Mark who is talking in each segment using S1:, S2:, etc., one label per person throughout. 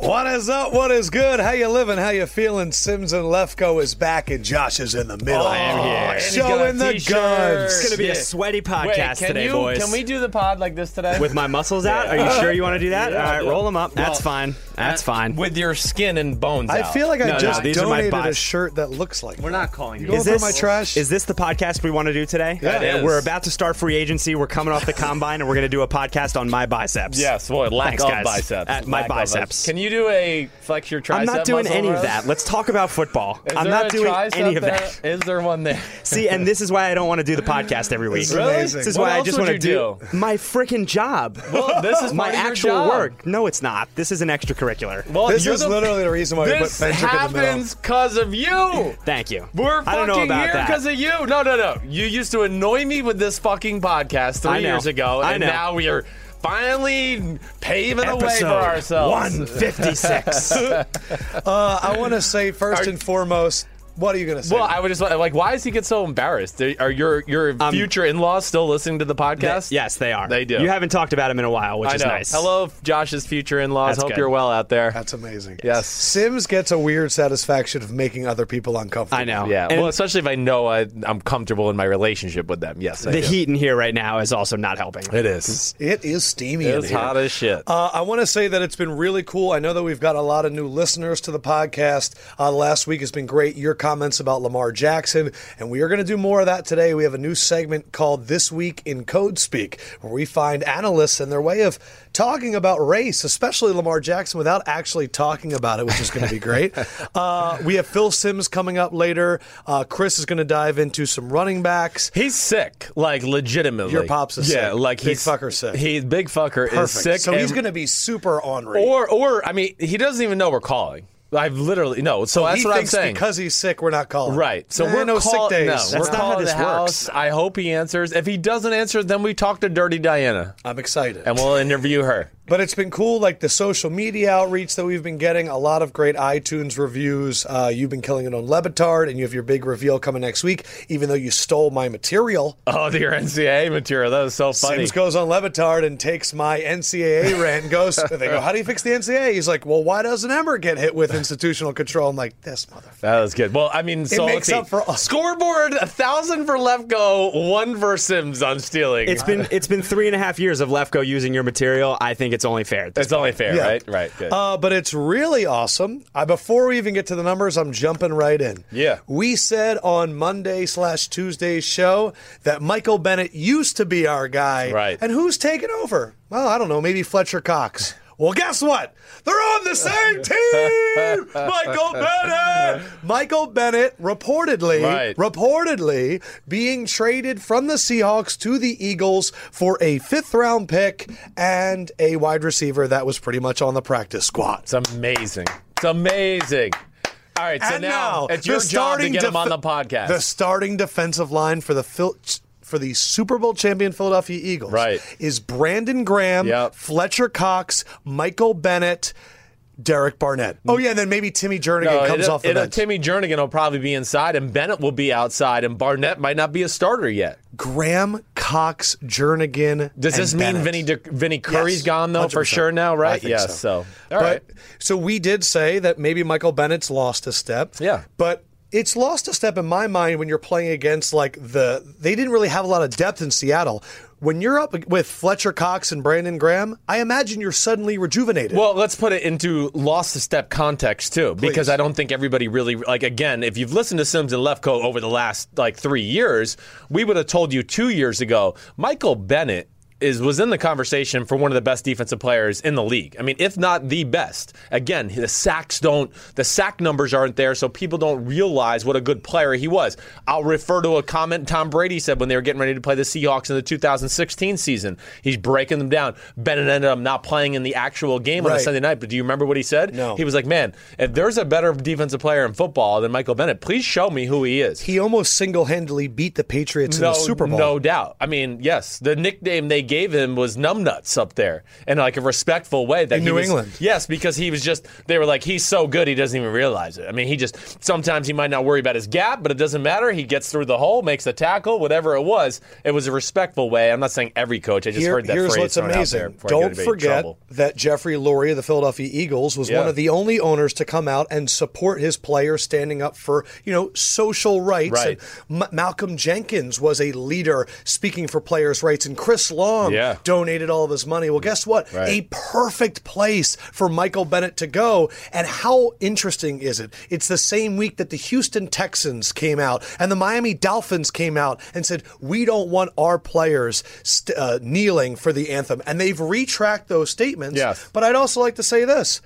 S1: What is up? What is good? How you living? How you feeling? Sims and Lefko is back, and Josh is in the middle.
S2: Oh, I am here. And he's got a
S1: Showing the
S2: t-shirt.
S1: guns.
S3: It's gonna be
S2: Yeah.
S3: a sweaty
S2: Wait,
S3: podcast
S2: can
S3: today,
S2: you,
S3: boys.
S2: Can we do the pod like this today?
S3: With my muscles out? Are you sure you want to do that? All right, roll them up. That's
S2: Well, uh,
S3: fine. That's fine.
S2: With your skin and bones
S1: I
S2: out.
S1: feel like I
S3: No, no,
S1: just
S3: these are my
S1: donated a
S3: bots.
S1: shirt that looks like. We're
S2: not calling
S1: You going through my trash?
S3: Is this the podcast we want to do today?
S1: Yeah. It
S3: Uh,
S2: is.
S3: We're about to start free agency. We're coming off the combine, and we're going to do a podcast on my biceps.
S2: Yes, boy, lack
S3: Thanks,
S2: of
S3: guys.
S2: biceps.
S3: At my
S2: Lack of
S3: biceps.
S2: us. Can you do a flex your tricep
S3: I'm not doing
S2: muscle
S3: any of
S2: row?
S3: that. Let's talk about football.
S2: Is
S3: I'm
S2: there
S3: not
S2: a
S3: doing
S2: tricep
S3: any of
S2: there?
S3: that.
S2: Is there one there?
S3: See, and this is why I don't want to do the podcast every week.
S1: is Really? amazing.
S3: This is
S2: What
S3: why I
S2: else
S3: just
S2: would
S3: want to
S2: you
S3: do,
S2: do?
S3: my freaking job.
S2: Well, this is
S3: my
S2: part of your
S3: actual
S2: job.
S3: work. No, it's not. This is an extracurricular.
S2: Well,
S1: This
S2: you're
S1: is
S2: the-
S1: literally the reason why we put
S2: this
S1: Fendrick in the middle.
S2: happens because of you.
S3: Thank you.
S2: We're
S3: I don't know
S2: fucking
S3: about
S2: here
S3: that.
S2: because of you. No, no, no. You used to annoy me with this fucking podcast
S3: I
S2: three
S3: know.
S2: years ago,
S3: I
S2: and
S3: know.
S2: now we are finally paving a way for
S3: Episode
S2: ourselves.
S3: 156.
S1: Uh, I want to say first
S2: Are-
S1: and foremost, what are you going to say?
S2: Well, I would just like, why does he get so embarrassed? Are- Are your your future in laws still listening to the podcast?
S3: yes, Um, they are.
S2: They do.
S3: You haven't talked about him in a while, which
S2: I
S3: is
S2: know.
S3: nice.
S2: Hello, Josh's future in laws.
S3: That's
S2: Hope
S3: good.
S2: you're well out there.
S1: That's amazing.
S2: Yes.
S1: Sims gets a weird satisfaction of making other people uncomfortable.
S3: I know.
S2: yeah.
S3: And
S2: well, especially if I know I, I'm comfortable in my relationship with them. Yes, I
S3: the
S2: do.
S3: heat in here right now is also not helping.
S2: It is.
S1: It is steamy in
S2: It's
S1: here.
S2: hot as shit.
S1: Uh, I want to say that it's been really cool. I know that we've got a lot of new listeners to the podcast. Uh, last week has been great. Your comments about Lamar Jackson, and we are going to do more of that today. We have a new segment called "This Week in Code Speak," where we find analysts and their way of talking about race, especially Lamar Jackson, without actually talking about it, which is going to be great. Uh, we have Phil Sims coming up later. Uh, Chris is going to dive into some running backs.
S2: He's sick, like legitimately.
S1: Your pops is
S2: yeah,
S1: sick.
S2: like
S1: Big
S2: he's
S1: fucker sick.
S2: He big fucker
S1: Perfect.
S2: is sick.
S1: So he's
S2: and-
S1: going to be super ornery.
S2: or or I mean, he doesn't even know we're calling. I've literally no. So that's
S1: Oh, he
S2: what I'm
S1: thinks
S2: saying.
S1: Because he's sick, we're not calling.
S2: Right. So
S1: Eh,
S2: we're
S1: no
S2: call-
S1: sick days.
S2: No, we're
S3: not how
S2: calling
S3: this
S2: the
S3: works.
S2: house. I hope he answers. If he doesn't answer, then we talk to Dirty Diana
S1: I'm excited.
S2: and we'll interview her.
S1: but it's been cool, like the social media outreach that we've been getting. A lot of great iTunes reviews. Uh, you've been killing it on Levitard, and you have your big reveal coming next week. Even though you stole my material,
S2: Oh, your NCAA material. That was so funny.
S1: Sims goes on Levitard and takes my NCAA rant. And goes, they go, how do you fix the NCAA? He's like, well, why doesn't Emmer get hit with institutional control? I'm like, this motherfucker.
S2: That was good. Well, I mean, so
S1: makes
S2: let's see.
S1: up for all-
S2: scoreboard a thousand for Lefko, one for Sims on stealing.
S3: It's been it's been three and a half years of Lefko using your material. I think it's only fair. at this
S2: It's only fair,
S1: Yeah.
S2: right? Right. Good.
S1: Uh, but it's really awesome. I, before we even get to the numbers, I'm jumping right in.
S2: Yeah.
S1: We said on Monday slash Tuesday's show that Michael Bennett used to be our guy.
S2: Right.
S1: And who's taking over? Well, I don't know. Maybe Fletcher Cox. Well, guess what? They're on the same team! Michael Bennett! Michael Bennett reportedly,
S2: Right.
S1: reportedly being traded from the Seahawks to the Eagles for a fifth round pick and a wide receiver that was pretty much on the practice squad.
S2: it's amazing. It's amazing. All right. So
S1: And now,
S2: it's
S1: the
S2: your job to
S1: starting
S2: get him
S1: def-
S2: on the podcast.
S1: The starting defensive line for the Phil- for the Super Bowl champion Philadelphia Eagles
S2: Right.
S1: is Brandon Graham,
S2: Yep.
S1: Fletcher Cox, Michael Bennett, Derek Barnett. Oh yeah, and then maybe Timmy Jernigan
S2: Mm. No,
S1: comes
S2: Uh, it'll-
S1: off the
S2: it'll-
S1: bench.
S2: Timmy Jernigan will probably be inside, and Bennett will be outside, and Barnett might not be a starter yet.
S1: Graham Cox, Jernigan.
S2: Does this
S1: and
S2: mean
S1: Bennett.
S2: Vinny De- Vinny Curry's
S1: Yes,
S2: gone though for
S1: 100%.
S2: sure now, right?
S1: I think
S2: yes.
S1: so.
S2: So, all right.
S1: But- So we did say that maybe Michael Bennett's lost a step.
S2: Yeah.
S1: But it's lost a step in my mind when you're playing against like the they didn't really have a lot of depth in Seattle. When you're up with Fletcher Cox and Brandon Graham, I imagine you're suddenly rejuvenated.
S2: Well, let's put it into lost to step context too, because
S1: Please.
S2: I don't think everybody really like. Again, if you've listened to Sims and Lefko over the last like three years, we would have told you two years ago, Michael Bennett. Is, was in the conversation for one of the best defensive players in the league. I mean, if not the best. Again, the sacks don't, the sack numbers aren't there, so people don't realize what a good player he was. I'll refer to a comment Tom Brady said when they were getting ready to play the Seahawks in the 2016 season. He's breaking them down. Bennett ended up not playing in the actual game on a
S1: Right.
S2: Sunday night, but do you remember what he said?
S1: No.
S2: He was like, man, if there's a better defensive player in football than Michael Bennett, please show me who he is.
S1: he almost single handedly beat the Patriots in the Super Bowl.
S2: No doubt. I mean, yes, the nickname they gave him was Numbnuts up there in like a respectful way. That
S1: In
S2: he
S1: New
S2: was-
S1: England.
S2: Yes, because he was just, they were like, he's so good, he doesn't even realize it. I mean, he just, sometimes he might not worry about his gap, but it doesn't matter. He gets through the hole, makes the tackle, whatever it was. It was a respectful way. I'm not saying every coach. I just
S1: Here-
S2: heard that
S1: here's
S2: phrase
S1: what's
S2: thrown out
S1: amazing.
S2: there before I get
S1: Don't
S2: anybody in
S1: forget
S2: trouble.
S1: that Jeffrey Lurie of the Philadelphia Eagles was one
S2: Yeah.
S1: of the only owners to come out and support his players, standing up for you know social rights.
S2: Right.
S1: And M- Malcolm Jenkins was a leader speaking for players' rights, and Chris Long
S2: Yeah.
S1: donated all of his money. Well, guess what?
S2: Right.
S1: A perfect place for Michael Bennett to go. And how interesting is it? It's the same week that the Houston Texans came out and the Miami Dolphins came out and said, we don't want our players st- uh, kneeling for the anthem. And they've retracked those statements.
S2: Yes.
S1: But I'd also like to say this.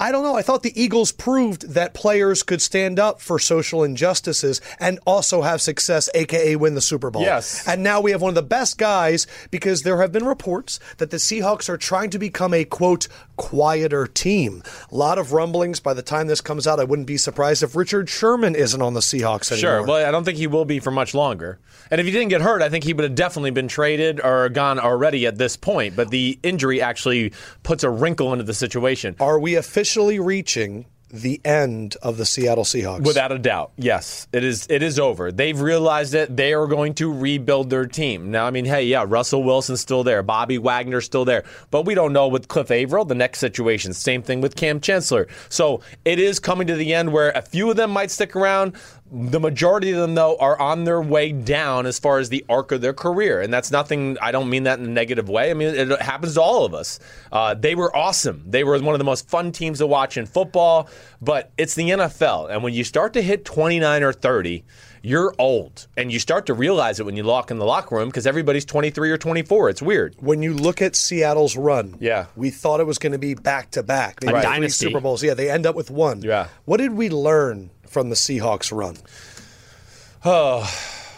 S1: I don't know. I thought the Eagles proved that players could stand up for social injustices and also have success, aka win the Super Bowl.
S2: Yes.
S1: And now we have one of the best guys because there have been reports that the Seahawks are trying to become a quote quieter team. A lot of rumblings. By the time this comes out, I wouldn't be surprised if Richard Sherman isn't on the Seahawks anymore.
S2: Sure. Well, I don't think he will be for much longer. And if he didn't get hurt, I think he would have definitely been traded or gone already at this point. But the injury actually puts a wrinkle into the situation.
S1: are we officially reaching the end of the Seattle Seahawks?
S2: Without a doubt, yes, it is. It is over. They've realized it. They are going to rebuild their team. Now, I mean, hey, yeah, Russell Wilson's still there, Bobby Wagner's still there, but we don't know with Cliff Averill the next situation. Same thing with Cam Chancellor. So it is coming to the end where a few of them might stick around. The majority of them, though, are on their way down as far as the arc of their career, and that's nothing. I don't mean that in a negative way. I mean it happens to all of us. Uh, they were awesome. They were one of the most fun teams to watch in football, but it's the NFL. And when you start to hit 29 or 30, you're old. And you start to realize it when you lock in the locker room because everybody's 23 or 24. It's weird.
S1: when you look at Seattle's run,
S2: Yeah.
S1: we thought it was going to be back to back, maybe three
S3: dynasty.
S1: Super Bowls. Yeah, they end up with one.
S2: Yeah.
S1: What did we learn from the Seahawks run?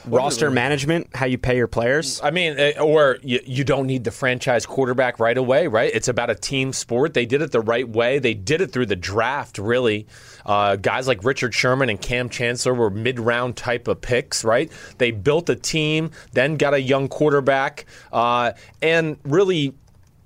S3: roster management, how you pay your players.
S2: I mean, eh, or you, you don't need the franchise quarterback right away, right? It's about a team sport. They did it the right way. They did it through the draft, really. Uh, guys like Richard Sherman and Cam Chancellor were mid round type of picks, right? They built a team, then got a young quarterback, uh, and really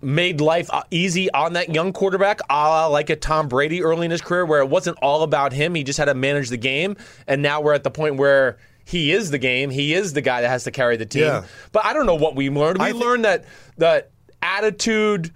S2: made life uh, easy on that young quarterback, a la like a Tom Brady early in his career, where it wasn't all about him. He just had to manage the game. And now we're at the point where. He is the game. He is the guy that has to carry the team.
S1: Yeah.
S2: But I don't know what we learned. We
S1: I thi-
S2: learned that that attitude,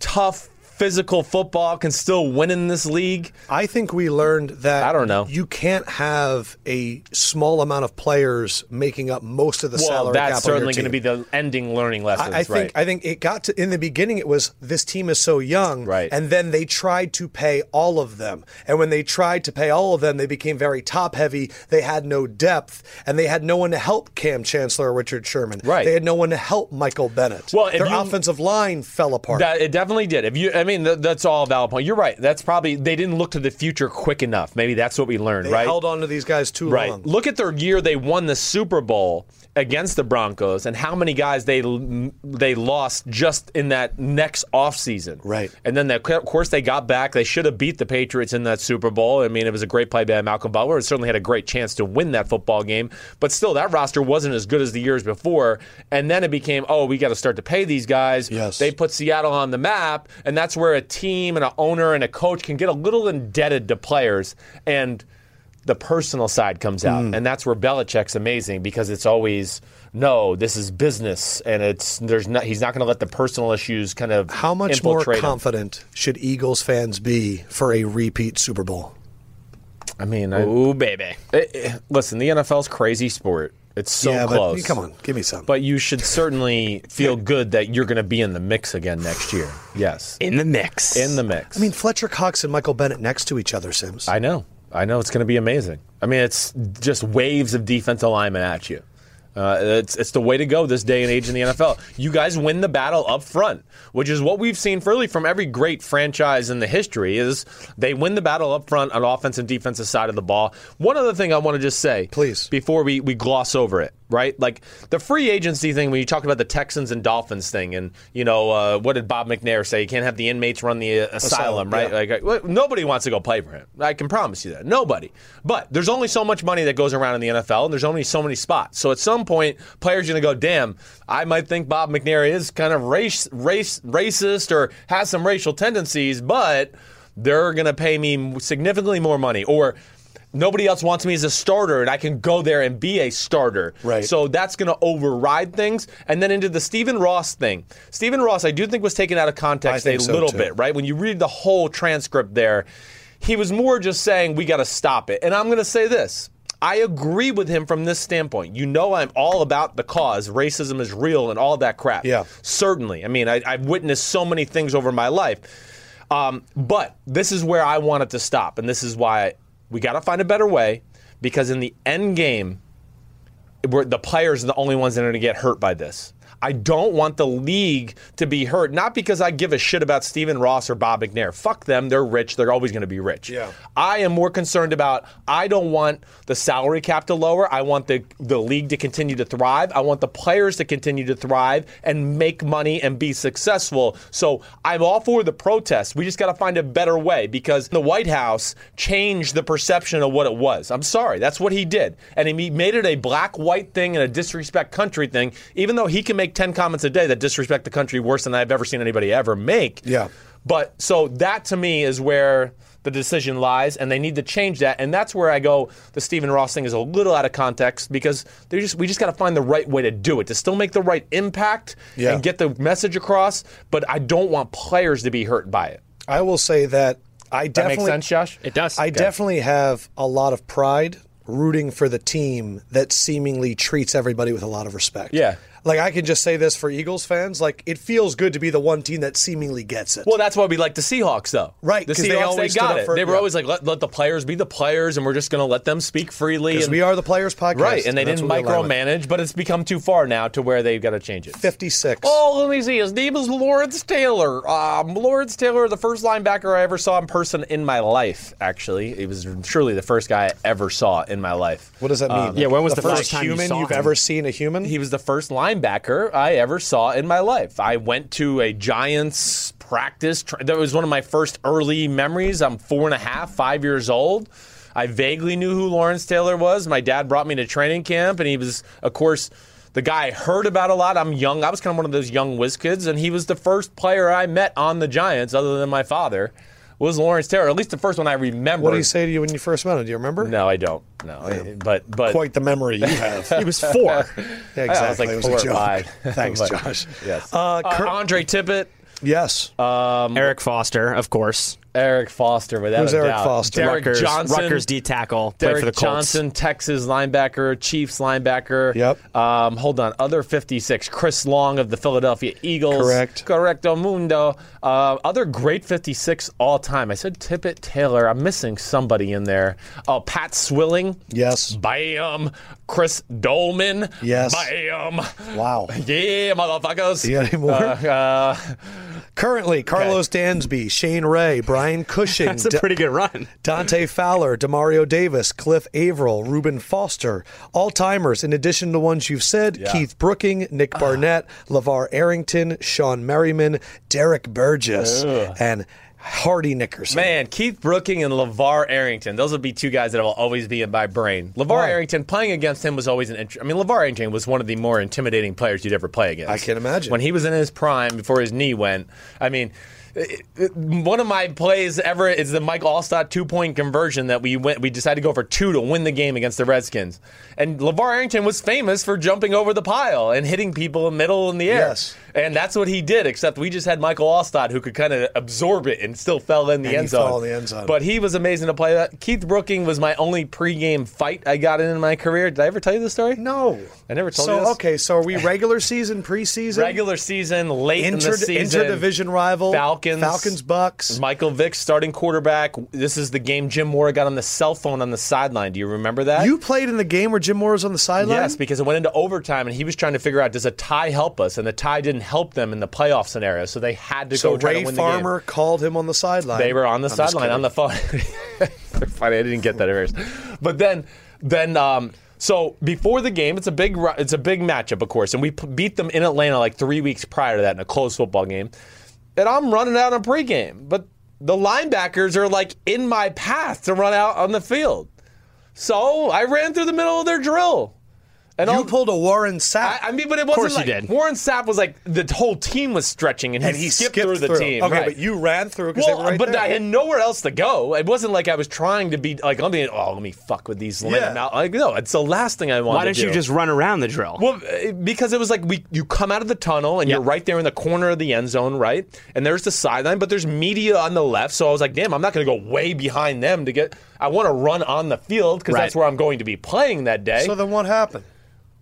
S2: tough, physical football can still win in this league.
S1: I think we learned that
S2: I don't know.
S1: You can't have a small amount of players making up most of the
S2: Well,
S1: salary cap
S2: that's
S1: on your
S2: certainly going to
S1: team.
S2: be the ending learning lesson.
S1: I, I think
S2: right?
S1: I think it got to in the beginning it was this team is so young
S2: Right.
S1: and then they tried to pay all of them and when they tried to pay all of them they became very top heavy they had no depth and they had no one to help Cam Chancellor or Richard Sherman
S2: Right.
S1: they had no one to help Michael Bennett
S2: Well, if
S1: their
S2: you-
S1: offensive line fell apart
S2: That, it definitely did. If you, I mean, th- that's all a valid point. You're right. That's probably they didn't look to the future quick enough. Maybe that's what we learned,
S1: they
S2: right?
S1: held on to these guys too
S2: right.
S1: long
S2: Look at their year they won the Super Bowl against the Broncos and how many guys they l- they lost just in that next offseason.
S1: Right.
S2: And then they, of course they got back. They should have beat the Patriots in that Super Bowl. I mean, it was a great play by Malcolm Butler. It certainly had a great chance to win that football game. But still, that roster wasn't as good as the years before. And then it became, oh, we got to start to pay these guys.
S1: Yes.
S2: They put Seattle on the map, and that's where a team and an owner and a coach can get a little indebted to players and the personal side comes out,
S1: Mm.
S2: and that's where Belichick's amazing because it's always no, this is business, and it's there's not he's not going to let the personal issues kind of
S1: How much more
S2: infiltrate him.
S1: confident should Eagles fans be for a repeat Super Bowl?
S2: I mean, I,
S3: Ooh, baby.
S2: it- it- listen, the NFL's crazy sport. It's so
S1: yeah,
S2: close.
S1: but come on, give me some.
S2: But you should certainly feel good that you're going to be in the mix again next year. Yes.
S3: In the mix.
S2: In the mix.
S1: I mean, Fletcher Cox and Michael Bennett next to each other, Sims.
S2: I know. I know it's going to be amazing. I mean, it's just waves of defensive linemen at you. Uh, it's, it's the way to go this day and age in the NFL. You guys win the battle up front, which is what we've seen really from every great franchise in the history is they win the battle up front on offense and defensive side of the ball. One other thing I want to just say,
S1: Please.
S2: before we, we gloss over it, right? Like the free agency thing when you talked about the Texans and Dolphins thing, and you know uh, what did Bob McNair say? You can't have the inmates run the uh, asylum,
S1: Asylum,
S2: right?
S1: yeah.
S2: Like, like, well, nobody wants to go play for him. I can promise you that. Nobody. But there's only so much money that goes around in the NFL, and there's only so many spots. So at some point, players are going to go, damn, I might think Bob McNair is kind of race, race, racist or has some racial tendencies, but they're going to pay me significantly more money. Or nobody else wants me as a starter, and I can go there and be a starter.
S1: Right.
S2: So that's going to override things. And then into the Stephen Ross thing. Stephen Ross, I do think, was taken out of context
S1: I
S2: a
S1: think so,
S2: little
S1: too.
S2: bit, right? When you read the whole transcript there, he was more just saying, we got to stop it. And I'm going to say this. I agree with him from this standpoint. You know, I'm all about the cause. Racism is real and all that crap.
S1: Yeah.
S2: Certainly. I mean, I, I've witnessed so many things over my life. Um, but this is where I want it to stop. And this is why we got to find a better way because in the end game, we're, the players are the only ones that are going to get hurt by this. I don't want the league to be hurt, not because I give a shit about Steven Ross or Bob McNair. Fuck them. They're rich. They're always going to be rich.
S1: Yeah.
S2: I am more concerned about I don't want the salary cap to lower. I want the, the league to continue to thrive. I want the players to continue to thrive and make money and be successful. So I'm all for the protest. We just got to find a better way because the White House changed the perception of what it was. I'm sorry. That's what he did. And he made it a black white thing and a disrespect country thing, even though he can make 10 comments a day that disrespect the country worse than I've ever seen anybody ever make.
S1: Yeah.
S2: But so that to me is where the decision lies, and they need to change that. And that's where I go. The Stephen Ross thing is a little out of context because they just we just got to find the right way to do it to still make the right impact
S1: Yeah.
S2: and get the message across. But I don't want players to be hurt by it.
S1: I will say that I
S2: That
S1: definitely
S2: makes sense, Josh.
S3: It does.
S1: I definitely have a lot of pride rooting for the team that seemingly treats everybody with a lot of respect.
S2: Yeah.
S1: Like I can just say this for Eagles fans, like it feels good to be the one team that seemingly gets it.
S2: Well, that's why we like the Seahawks, though.
S1: Right,
S2: The
S1: 'cause
S2: Seahawks,
S1: they
S2: they,
S1: always stood
S2: got
S1: up
S2: it.
S1: for-
S2: they were
S1: yeah.
S2: always like, let, let the players be the players, and we're just going to let them speak freely.
S1: because
S2: And,
S1: we are the players podcast.
S2: right, and they
S1: that's
S2: didn't
S1: what we align with.
S2: micromanage, but it's become too far now to where they've got to change it.
S1: 56.
S2: Oh, let me see. His name is Lawrence Taylor. Um, Lawrence Taylor, the first linebacker I ever saw in person in my life, actually. He was surely the first guy I ever saw in my life.
S1: What does that mean?
S3: Uh, yeah, when was the
S1: first,
S3: first time you
S1: human
S3: saw
S1: have
S3: him?
S1: ever seen a human?
S2: He was the first linebacker I ever saw in my life. I went to a Giants practice. tr- That was one of my first early memories. I'm four and a half, five years old. I vaguely knew who Lawrence Taylor was. My dad brought me to training camp, and he was, of course, the guy I heard about a lot. I'm young. I was kind of one of those young whiz kids, and he was the first player I met on the Giants, other than my father, was Lawrence Taylor. At least the first one I remember.
S1: what did he say to you when you first met him? Do you remember?
S2: No, I don't. No, I- but but
S1: Quite the memory you have.
S3: He was four.
S1: Yeah,
S2: I was
S1: exactly.
S2: like
S1: It was a
S2: four or
S1: joke.
S2: five.
S1: Thanks,
S2: But-
S1: Josh.
S2: Yes.
S1: Uh,
S2: Uh,
S1: Kurt-
S2: Andre Tippett,
S1: yes.
S3: uh, Eric Foster, of course.
S2: Eric Foster, without
S1: Who's
S2: a
S1: Eric
S2: doubt.
S1: Foster?
S2: Derek
S3: Rutgers,
S2: Johnson.
S3: Rutgers D tackle. Played
S2: Derek
S3: for the Colts.
S2: Johnson, Texas linebacker, Chiefs linebacker.
S1: Yep.
S2: Um, hold on, other 56. Chris Long of the Philadelphia Eagles.
S1: Correct.
S2: Correcto mundo. Uh, other great 56 all time. I said Tippett Taylor. I'm missing somebody in there. Oh, Pat Swilling.
S1: yes.
S2: Bam. Chris Dolman.
S1: Yes.
S2: Bam.
S1: Wow.
S2: Yeah, motherfuckers.
S1: You got any more?
S2: Uh, uh,
S1: Currently, Carlos Dansby, Shane Ray, Brian Cushing,
S3: That's a
S1: Da-
S3: pretty good run.
S1: Dante Fowler, Demario Davis, Cliff Averill, Ruben Foster, all timers. In addition to the ones you've said, Keith Brooking, Nick
S2: Ah.
S1: Barnett, LeVar Arrington, Sean Merriman, Derek Burgess, and Hardy Nickerson.
S2: Man, Keith Brooking and LeVar Arrington. Those would be two guys that will always be in my brain. LeVar Arrington, playing against him was always an int- I mean, LeVar Arrington was one of the more intimidating players you'd ever play against.
S1: I can imagine.
S2: When he was in his prime, before his knee went, I mean, it- it- one of my plays ever is the Mike Allstott two point conversion that we went. We decided to go for two to win the game against the Redskins, and LeVar Arrington was famous for jumping over the pile and hitting people in the middle in the air.
S1: Yes.
S2: And that's what he did, except we just had Michael Allstott who could kind of absorb it and still fell in the
S1: And he
S2: end zone.
S1: fell in the end zone.
S2: But he was amazing to play that. Keith Brooking was my only pregame fight I got in in my career. Did I ever tell you this story?
S1: No,
S2: I never told
S1: so,
S2: you this.
S1: Okay, so are we regular season, preseason,
S2: Regular season, late in
S1: inter
S2: the season.
S1: interdivision rival,
S2: Falcons.
S1: Falcons, Bucks?
S2: Michael Vick, starting quarterback. This is the game Jim Mora got on the cell phone on the sideline. Do you remember that?
S1: You played in the game where Jim Moore was on the sideline.
S2: Yes, because it went into overtime, and he was trying to figure out does a tie help us, and the tie didn't help them in the playoff scenario, so they had to
S1: so
S2: go try
S1: Ray
S2: to win the game.
S1: Farmer called him on the sideline.
S2: They were on the
S1: I'm just
S2: sideline on the
S1: kidding.
S2: phone. They're funny. I didn't get that at first, but then, then, um, so before the game, it's a big, ru- it's a big matchup, of course, and we p- beat them in Atlanta like three weeks prior to that in a close football game, and I'm running out on pregame, but the linebackers are like in my path to run out on the field, so I ran through the middle of their drill, and
S1: You
S2: all-
S1: pulled a Warren Sapp.
S2: I, I mean, but it wasn't.
S3: course
S2: like,
S3: he did.
S2: Warren Sapp was like the whole team was stretching, and he,
S1: and he
S2: skipped,
S1: skipped,
S2: through the team.
S1: Okay,
S2: right.
S1: but you ran through because
S2: Well,
S1: they were right
S2: but
S1: there.
S2: I had nowhere else to go. It wasn't like I was trying to be like, let me, oh, let me fuck with these lame.
S1: Yeah.
S2: Out. Like, no, it's the last thing I wanted.
S3: Why don't
S2: to do.
S3: you just run around the drill?
S2: Well, eh, because it was like we, you come out of the tunnel and you're
S3: Yeah.
S2: right there in the corner of the end zone, right? And there's the sideline, but there's media on the left. So I was like, damn, I'm not going to go way behind them to get. I want to run on the field because
S3: Right.
S2: that's where I'm going to be playing that day.
S1: So then what happened?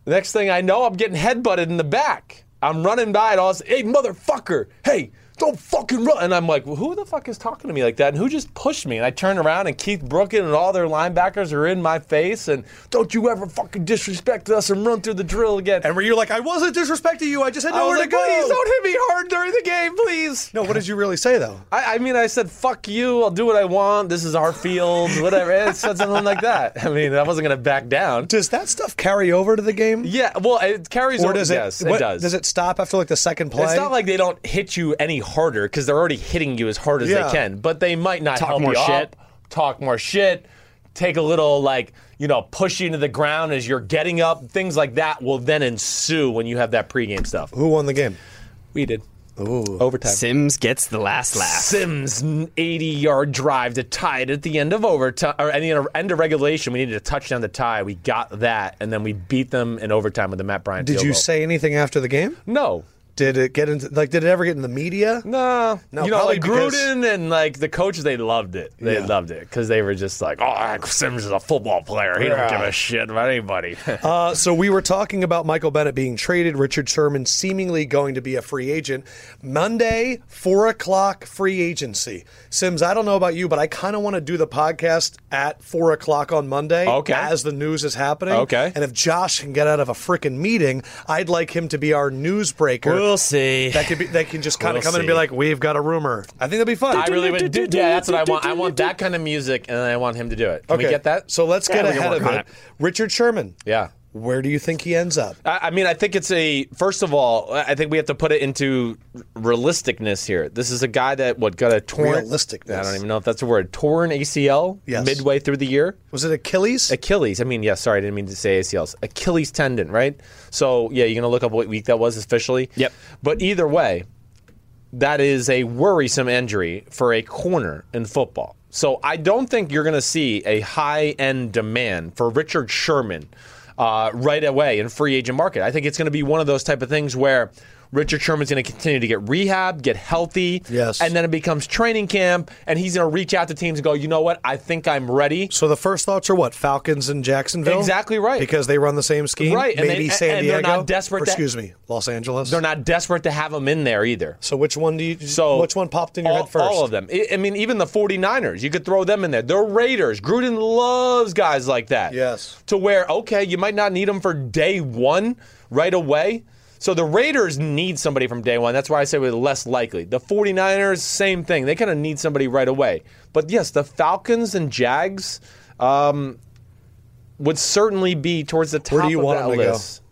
S2: Next thing I know, I'm getting headbutted in the back. I'm running by and all this, hey, motherfucker, hey, don't fucking run. And I'm like, well, who the fuck is talking to me like that? And who just pushed me? And I turn around and Keith Brookin and all their linebackers are in my face. And don't you ever fucking disrespect us and run through the drill again.
S1: And were you like, I wasn't disrespecting you. I just had
S2: I was
S1: nowhere
S2: like,
S1: to go.
S2: please don't hit me hard during the game, please.
S1: No, what did you really say though?
S2: I, I mean, I said, fuck you, I'll do what I want. This is our field, whatever. I said something like that. I mean, I wasn't going to back down.
S1: Does that stuff carry over to the game?
S2: Yeah, well, it carries
S1: Or
S2: over-
S1: does it?
S2: yes,
S1: what-
S2: it does.
S1: it stop after like the second play?
S2: It's not like they don't hit you any harder because they're already hitting you as hard as
S1: Yeah.
S2: they can, but they might not
S3: Talk
S2: help
S3: more
S2: you
S3: shit.
S2: up, talk more shit, take a little like you know push you to the ground as you're getting up. Things like that will then ensue when you have that pregame stuff.
S1: Who won the game?
S2: We did overtime.
S3: Sims gets the last laugh.
S2: Sims 80 yard drive to tie it at the end of overtime or at the end of regulation. We needed a touchdown to tie. We got that, and then we beat them in overtime with the Matt Bryant.
S1: Did
S2: field
S1: you
S2: goal.
S1: say anything after the game?
S2: no?
S1: Did it get into like? Did it ever get in the media?
S2: No,
S1: No,
S2: you know,
S1: probably
S2: like
S1: because-
S2: Gruden and like the coaches, they loved it. They
S1: Yeah.
S2: loved it because they were just like, "Oh, Sims is a football player. He
S1: Yeah.
S2: don't give a shit about anybody."
S1: Uh, so we were talking about Michael Bennett being traded, Richard Sherman seemingly going to be a free agent. Monday, four o'clock, free agency. Sims, I don't know about you, but I kind of want to do the podcast at four o'clock on Monday,
S2: Okay.
S1: as the news is happening.
S2: Okay.
S1: and if Josh can get out of a freaking meeting, I'd like him to be our newsbreaker.
S3: see.
S1: that could be. That can just kind of
S2: We'll
S1: come in and be
S2: see.
S1: like, "We've got a rumor." I think that'd be fun.
S2: I really would. Do, yeah, that's what I want. I want that kind of music, and I want him to do it. Can we get that?
S1: So let's get
S3: we can
S1: ahead
S3: work
S1: of
S3: on
S1: it.
S3: it.
S1: Richard Sherman.
S2: yeah.
S1: Where do you think he ends up?
S2: I I mean, I think it's a first of all. I think we have to put it into realisticness here. This is a guy that what got a torn
S1: Realisticness.
S2: I don't even know if that's a word. Torn ACL
S1: Yes.
S2: midway through the year.
S1: Was it Achilles?
S2: Achilles. I mean, yeah, sorry, I didn't mean to say ACLs. Achilles tendon, right? So, yeah, you're going to look up what week that was officially.
S3: Yep.
S2: But either way, that is a worrisome injury for a corner in football. So, I don't think you're going to see a high end demand for Richard Sherman uh, right away in free agent market. I think it's going to be one of those type of things where. Richard Sherman's going to continue to get rehab, get healthy,
S1: Yes.
S2: and then it becomes training camp, and he's going to reach out to teams and go, you know what, I think I'm ready.
S1: So the first thoughts are what Falcons and Jacksonville.
S2: Exactly right.
S1: Because they run the same scheme.
S2: Right, and
S1: Maybe
S2: they-
S1: San
S2: and
S1: Diego.
S2: they're not desperate
S1: Or,
S2: to-
S1: excuse me, Los Angeles.
S2: They're not desperate to have him in there either.
S1: So which one do you?
S2: So
S1: which one popped in your
S2: all,
S1: head first?
S2: All of them. I, I mean, even the 49ers, you could throw them in there. The Raiders. Gruden loves guys like that.
S1: Yes.
S2: To where, okay, you might not need them for day one right away. So the Raiders need somebody from day one. That's why I say we're less likely. The 49ers, same thing. They kind of need somebody right away. But yes, the Falcons and Jags um, would certainly be towards the top
S1: Where do you
S2: of
S1: want
S2: that
S1: them to go?
S2: list.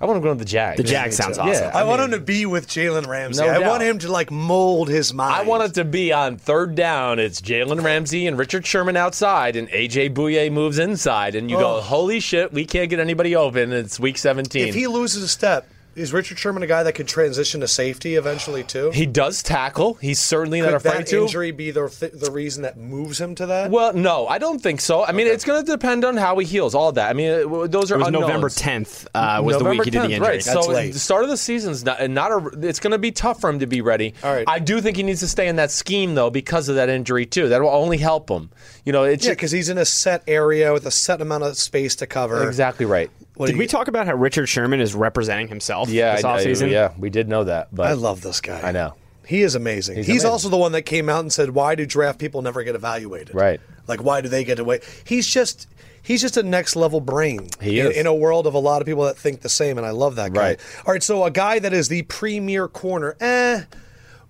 S2: I want to go to the Jags.
S3: The Jag sounds awesome.
S2: Yeah.
S1: I, want him to be with Jalen Ramsey.
S2: No
S1: I
S2: doubt.
S1: want him to like mold his mind.
S2: I want it to be on third down. It's Jalen Ramsey and Richard Sherman outside, and AJ Bouye moves inside, and you go, "Holy shit, we can't get anybody open." It's week seventeen.
S1: If he loses a step, Is Richard Sherman a guy that could transition to safety eventually too?
S2: He does tackle. He's certainly not
S1: Could
S2: afraid
S1: that
S2: to.
S1: injury be the th- the reason that moves him to that?
S2: Well, no, I don't think so. I mean, it's going to depend on how he heals. All that. I mean, uh, w- those are
S3: It was
S2: unknowns.
S3: November 10th uh, was the
S2: November
S3: week he did
S2: 10th,
S3: the injury.
S2: Right.
S1: That's
S2: so
S1: late.
S2: the start of the season's not, not a. It's going to be tough for him to be ready.
S1: All right.
S2: I do think he needs to stay in that scheme though because of that injury too. That will only help him. You know, it's
S1: yeah, because he's in a set area with a set amount of space to cover.
S2: exactly right.
S1: What do
S3: Did
S1: you
S3: we
S1: get?
S3: talk about how Richard Sherman is representing himself
S2: Yeah,
S3: this
S2: I- I-
S3: offseason?
S2: yeah, we did know that, but
S1: I love this guy.
S2: I know.
S1: He is amazing. He's,
S2: amazing.
S1: also the one that came out and said, "Why do draft people never get evaluated?
S2: Right.
S1: Like, why do they get away? He's just." He's just a next level brain
S2: He
S1: in,
S2: is.
S1: in a world of a lot of people that think the same, and I love that guy.
S2: Right.
S1: All right, so a guy that is the premier corner, eh,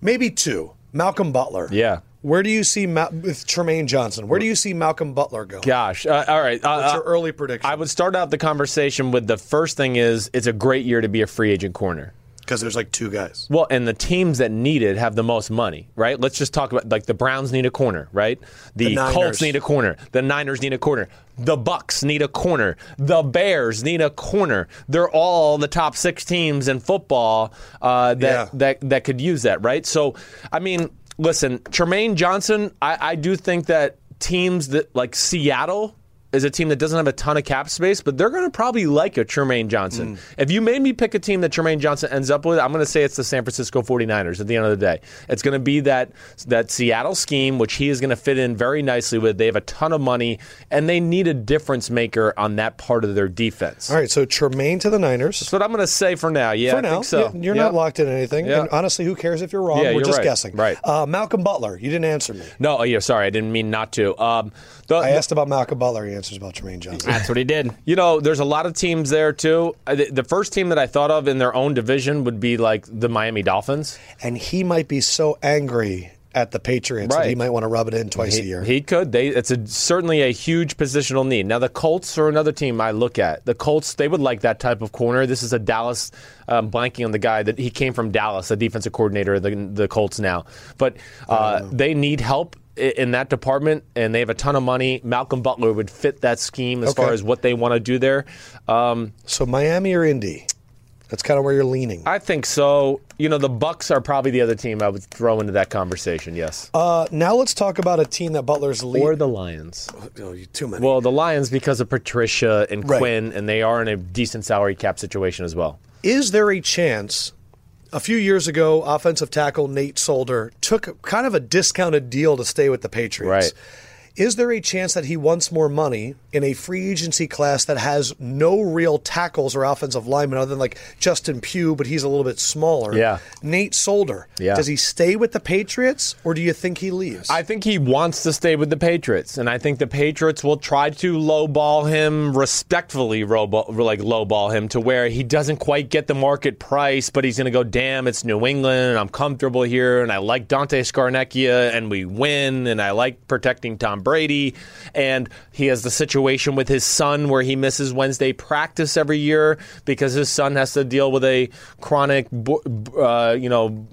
S1: maybe two. Malcolm Butler.
S2: Yeah.
S1: Where do you see Ma- with Tremaine Johnson? Where do you see Malcolm Butler go?
S2: Gosh, uh, all right. Uh,
S1: What's
S2: uh,
S1: your early prediction?
S2: I would start out the conversation with the first thing is it's a great year to be a free agent corner.
S1: because there's like two guys.
S2: Well, and the teams that need it have the most money, right? Let's just talk about like the Browns need a corner, right? The,
S1: The Niners.
S2: Colts need a corner. The Niners need a corner. The Bucks need a corner. The Bears need a corner. They're all the top six teams in football uh, that
S1: Yeah.
S2: that that could use that, right? So, I mean, listen, Tremaine Johnson, I, I do think that teams that like Seattle is a team that doesn't have a ton of cap space, but they're going to probably like a Tremaine
S1: Mm.
S2: Johnson. If you made me pick a team that Tremaine Johnson ends up with, I'm going to say it's the San Francisco 49ers at the end of the day. It's going to be that that Seattle scheme which he is going to fit in very nicely with. They have a ton of money and they need a difference maker on that part of their defense.
S1: All right, so Tremaine to the Niners.
S2: So what I'm going to say for now, yeah,
S1: For
S2: I
S1: now,
S2: think so.
S1: you- you're
S2: Yeah.
S1: not locked in anything.
S2: Yeah.
S1: And honestly, who cares if you're wrong?
S2: Yeah,
S1: We're
S2: you're
S1: just
S2: right.
S1: guessing.
S2: Right.
S1: Uh, Malcolm Butler, you didn't answer me.
S2: No, oh, yeah, sorry, I didn't mean not to. Um, the,
S1: I asked about Malcolm Butler. He answers about Tremaine Johnson.
S3: That's what he did.
S2: you know, there's a lot of teams there too. Uh, The the first team that I thought of in their own division would be like the Miami Dolphins.
S1: And he might be so angry at the Patriots that
S2: Right.
S1: he might want to rub it in twice a year.
S2: He could. They it's a, certainly a huge positional need. Now the Colts are another team I look at. The Colts they would like that type of corner. This is a Dallas um, blanking on the guy that he came from Dallas, the defensive coordinator of the the Colts now. But uh, they need help i- in that department and they have a ton of money. Malcolm Butler would fit that scheme as
S1: Okay.
S2: far as what they want to do there. Um,
S1: so Miami or Indy? That's kind of where you're leaning.
S2: I think so. You know, the Bucks are probably the other team I would throw into that conversation. Yes,
S1: Uh, now let's talk about a team that Butler's
S2: or
S1: lead.
S2: the Lions.
S1: Oh, you- too many.
S2: Well, the Lions because of Patricia and
S1: Right.
S2: Quinn, and they are in a decent salary cap situation as well.
S1: is there a chance? A few years ago, offensive tackle Nate Solder took kind of a discounted deal to stay with the Patriots.
S2: Right.
S1: Is there a chance that he wants more money in a free agency class that has no real tackles or offensive linemen other than like Justin Pugh, but he's a little bit smaller?
S2: Yeah.
S1: Nate Solder.
S2: Yeah.
S1: Does he stay with the Patriots or do you think he leaves?
S2: I think he wants to stay with the Patriots, and I think the Patriots will try to lowball him respectfully, robo- like lowball him to where he doesn't quite get the market price, but he's going to go, "Damn, it's New England, and I'm comfortable here, and I like Dante Scarnecchia, and we win, and I like protecting Tom Brady, and he has the situation with his son where he misses Wednesday practice every year because his son has to deal with a chronic, bo- uh, you know,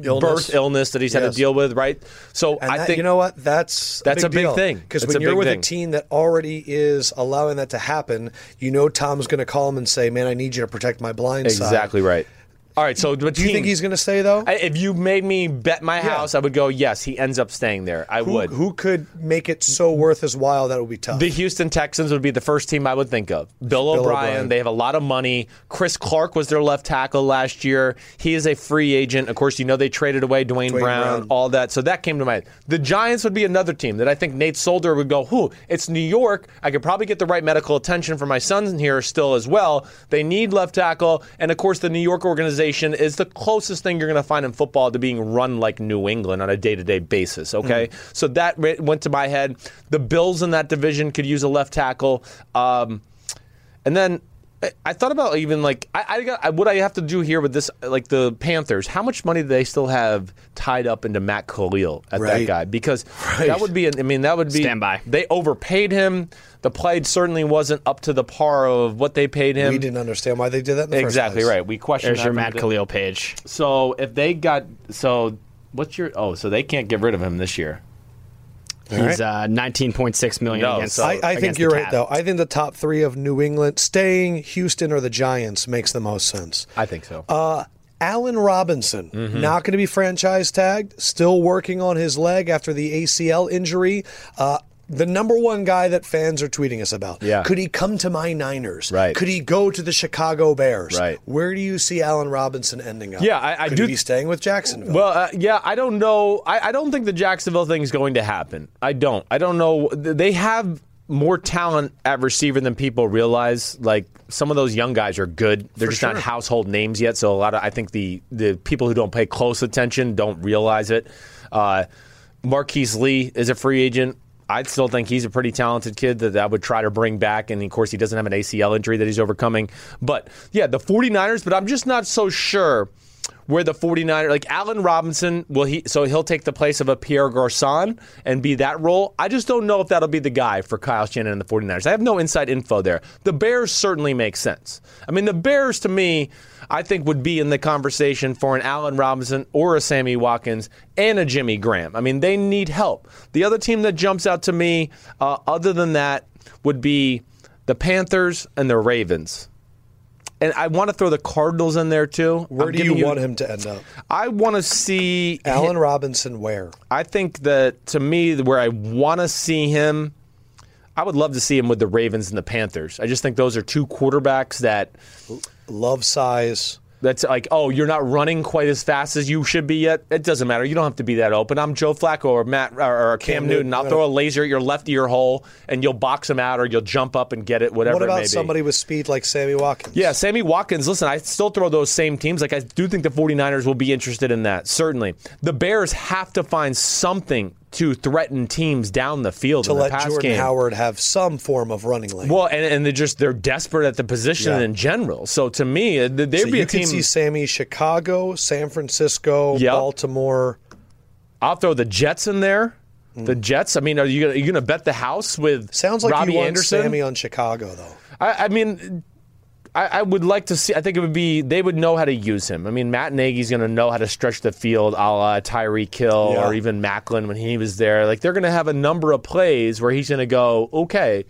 S1: Illness.
S2: birth illness that he's had
S1: Yes.
S2: to deal with, right? So
S1: And
S2: I
S1: that-
S2: think
S1: you know what? That's
S2: That's a big thing.
S1: Because
S2: That's
S1: when
S2: a
S1: you're
S2: big
S1: with a
S2: thing.
S1: team that already is allowing that to happen, you know Tom's going to call him and say, "Man, I need you to protect my blind side."
S2: exactly right. All right, so but
S1: Do you think he's going to stay though?
S2: If you made me bet my house, I would go. Yes, he ends up staying there. I
S1: who,
S2: would.
S1: who could make it so worth his while that it would be tough?
S2: The Houston Texans would be the first team I would think of. Bill, O'Brien,
S1: O'Brien.
S2: they have a lot of money. Chris Clark was their left tackle last year. He is a free agent. Of course, you know they traded away Dwayne,
S1: Dwayne
S2: Brown,
S1: Brown.
S2: all that. So that came to mind. The Giants would be another team that I think Nate Solder would go, who? It's New York. I could probably get the right medical attention for my sons here still as well. They need left tackle. And of course, the New York organization is the closest thing you're going to find in football to being run like New England on a day to day basis. Okay. So that re- went to my head. The Bills in that division could use a left tackle. Um, and then I- I thought about even like I, I got I, what I have to do here with this like the Panthers. How much money do they still have tied up into Matt Khalil at
S1: Right.
S2: that guy? Because
S1: Right.
S2: that would be an, I mean that would be
S3: Stand by.
S2: They overpaid him. The play certainly wasn't up to the par of what they paid him.
S1: we didn't understand why they did that. In the
S2: exactly
S1: first place.
S2: right. We questioned
S3: There's your
S2: that
S3: Matt
S2: from the-
S3: Khalil page.
S2: So if they got so what's your oh so they can't get rid of him this year.
S3: He's uh, 19.6 million
S2: No,
S3: against.
S2: so-
S3: the-
S1: I,
S2: I-
S1: I think
S3: against the
S1: you're right,
S3: cap.
S1: though. I think the top three of New England staying, Houston, or the Giants makes the most sense.
S2: I think so.
S1: Uh, Allen Robinson,
S2: Mm-hmm.
S1: not going to be franchise tagged, still working on his leg after the ACL injury. Uh, the number one guy that fans are tweeting us about.
S2: Yeah.
S1: Could he come to my Niners?
S2: Right.
S1: Could he go to the Chicago Bears?
S2: Right.
S1: Where do you see Allen Robinson ending up?
S2: Yeah, I- I
S1: Could
S2: do
S1: he be staying with Jacksonville?
S2: Well, uh, yeah, I don't know. I, I don't think the Jacksonville thing is going to happen. I don't. I don't know. They have more talent at receiver than people realize. Like some of those young guys are good. They're just not household names yet. So a lot of I think the the people who don't pay close attention don't realize it. Uh, Marquise Lee is a free agent. I still think he's a pretty talented kid that I would try to bring back. And of course, he doesn't have an ACL injury that he's overcoming. But yeah, the 49ers, but I'm just not so sure where the 49er like Allen Robinson will he so he'll take the place of a Pierre Garcon and be that role. I just don't know if that'll be the guy for Kyle Shannon and the 49ers. I have no inside info there. The Bears certainly make sense. I mean, the Bears to me I think would be in the conversation for an Allen Robinson or a Sammy Watkins and a Jimmy Graham. I mean, they need help. The other team that jumps out to me uh, other than that would be the Panthers and the Ravens. And I want to throw the Cardinals in there too.
S1: where
S2: I'm
S1: do you
S2: giving
S1: want him to end up?
S2: I want to see.
S1: Allen Robinson, where?
S2: I think that to me, where I want to see him, I would love to see him with the Ravens and the Panthers. I just think those are two quarterbacks that
S1: Love size.
S2: that's like, oh, you're not running quite as fast as you should be yet. It doesn't matter. You don't have to be that open. I'm Joe Flacco or Matt or, or
S1: Cam
S2: Cam, Newton.
S1: Newton,
S2: I'll
S1: right.
S2: throw a laser at your left ear hole, and you'll box him out, or you'll jump up and get it. Whatever.
S1: What
S2: it may
S1: about
S2: be.
S1: somebody with speed like Sammy Watkins?
S2: Yeah, Sammy Watkins, listen, I still throw those same teams. Like, I do think the 49ers will be interested in that, certainly. The Bears have to find something to threaten teams down the field
S1: To
S2: in the
S1: let
S2: pass
S1: Jordan
S2: game.
S1: Howard have some form of running lane.
S2: well, and, and they're just they're desperate at the position
S1: Yeah.
S2: in general. So to me, uh, th- they'd
S1: So
S2: be
S1: you
S2: a team.
S1: can see Sammy Chicago, San Francisco,
S2: Yep.
S1: Baltimore.
S2: I'll throw the Jets in there. The Jets. I mean, are you gonna, are you going to bet the house with
S1: Hmm. Sounds like
S2: Robbie
S1: you want
S2: Anderson?
S1: Sammy on Chicago though.
S2: I, I mean, I, I would like to see. I think it would be they would know how to use him. I mean, Matt Nagy's going to know how to stretch the field, a la Tyree Kill
S1: Yeah.
S2: or even Macklin when he was there. Like they're going to have a number of plays where he's going to go, okay,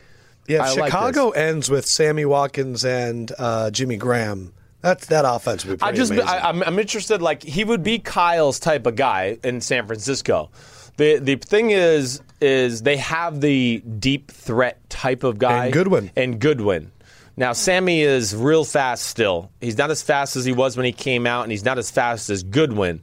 S1: Yeah,
S2: I
S1: if
S2: like
S1: Chicago
S2: this.
S1: ends with Sammy Watkins and uh, Jimmy Graham. That's that offense would be
S2: I
S1: pretty
S2: just
S1: amazing.
S2: I, I'm, I'm interested. Like he would be Kyle's type of guy in San Francisco. The the thing is is they have the deep threat type of guy
S1: And Goodwin.
S2: and Goodwin. Now Sammy is real fast still. He's not as fast as he was when he came out, and he's not as fast as Goodwin.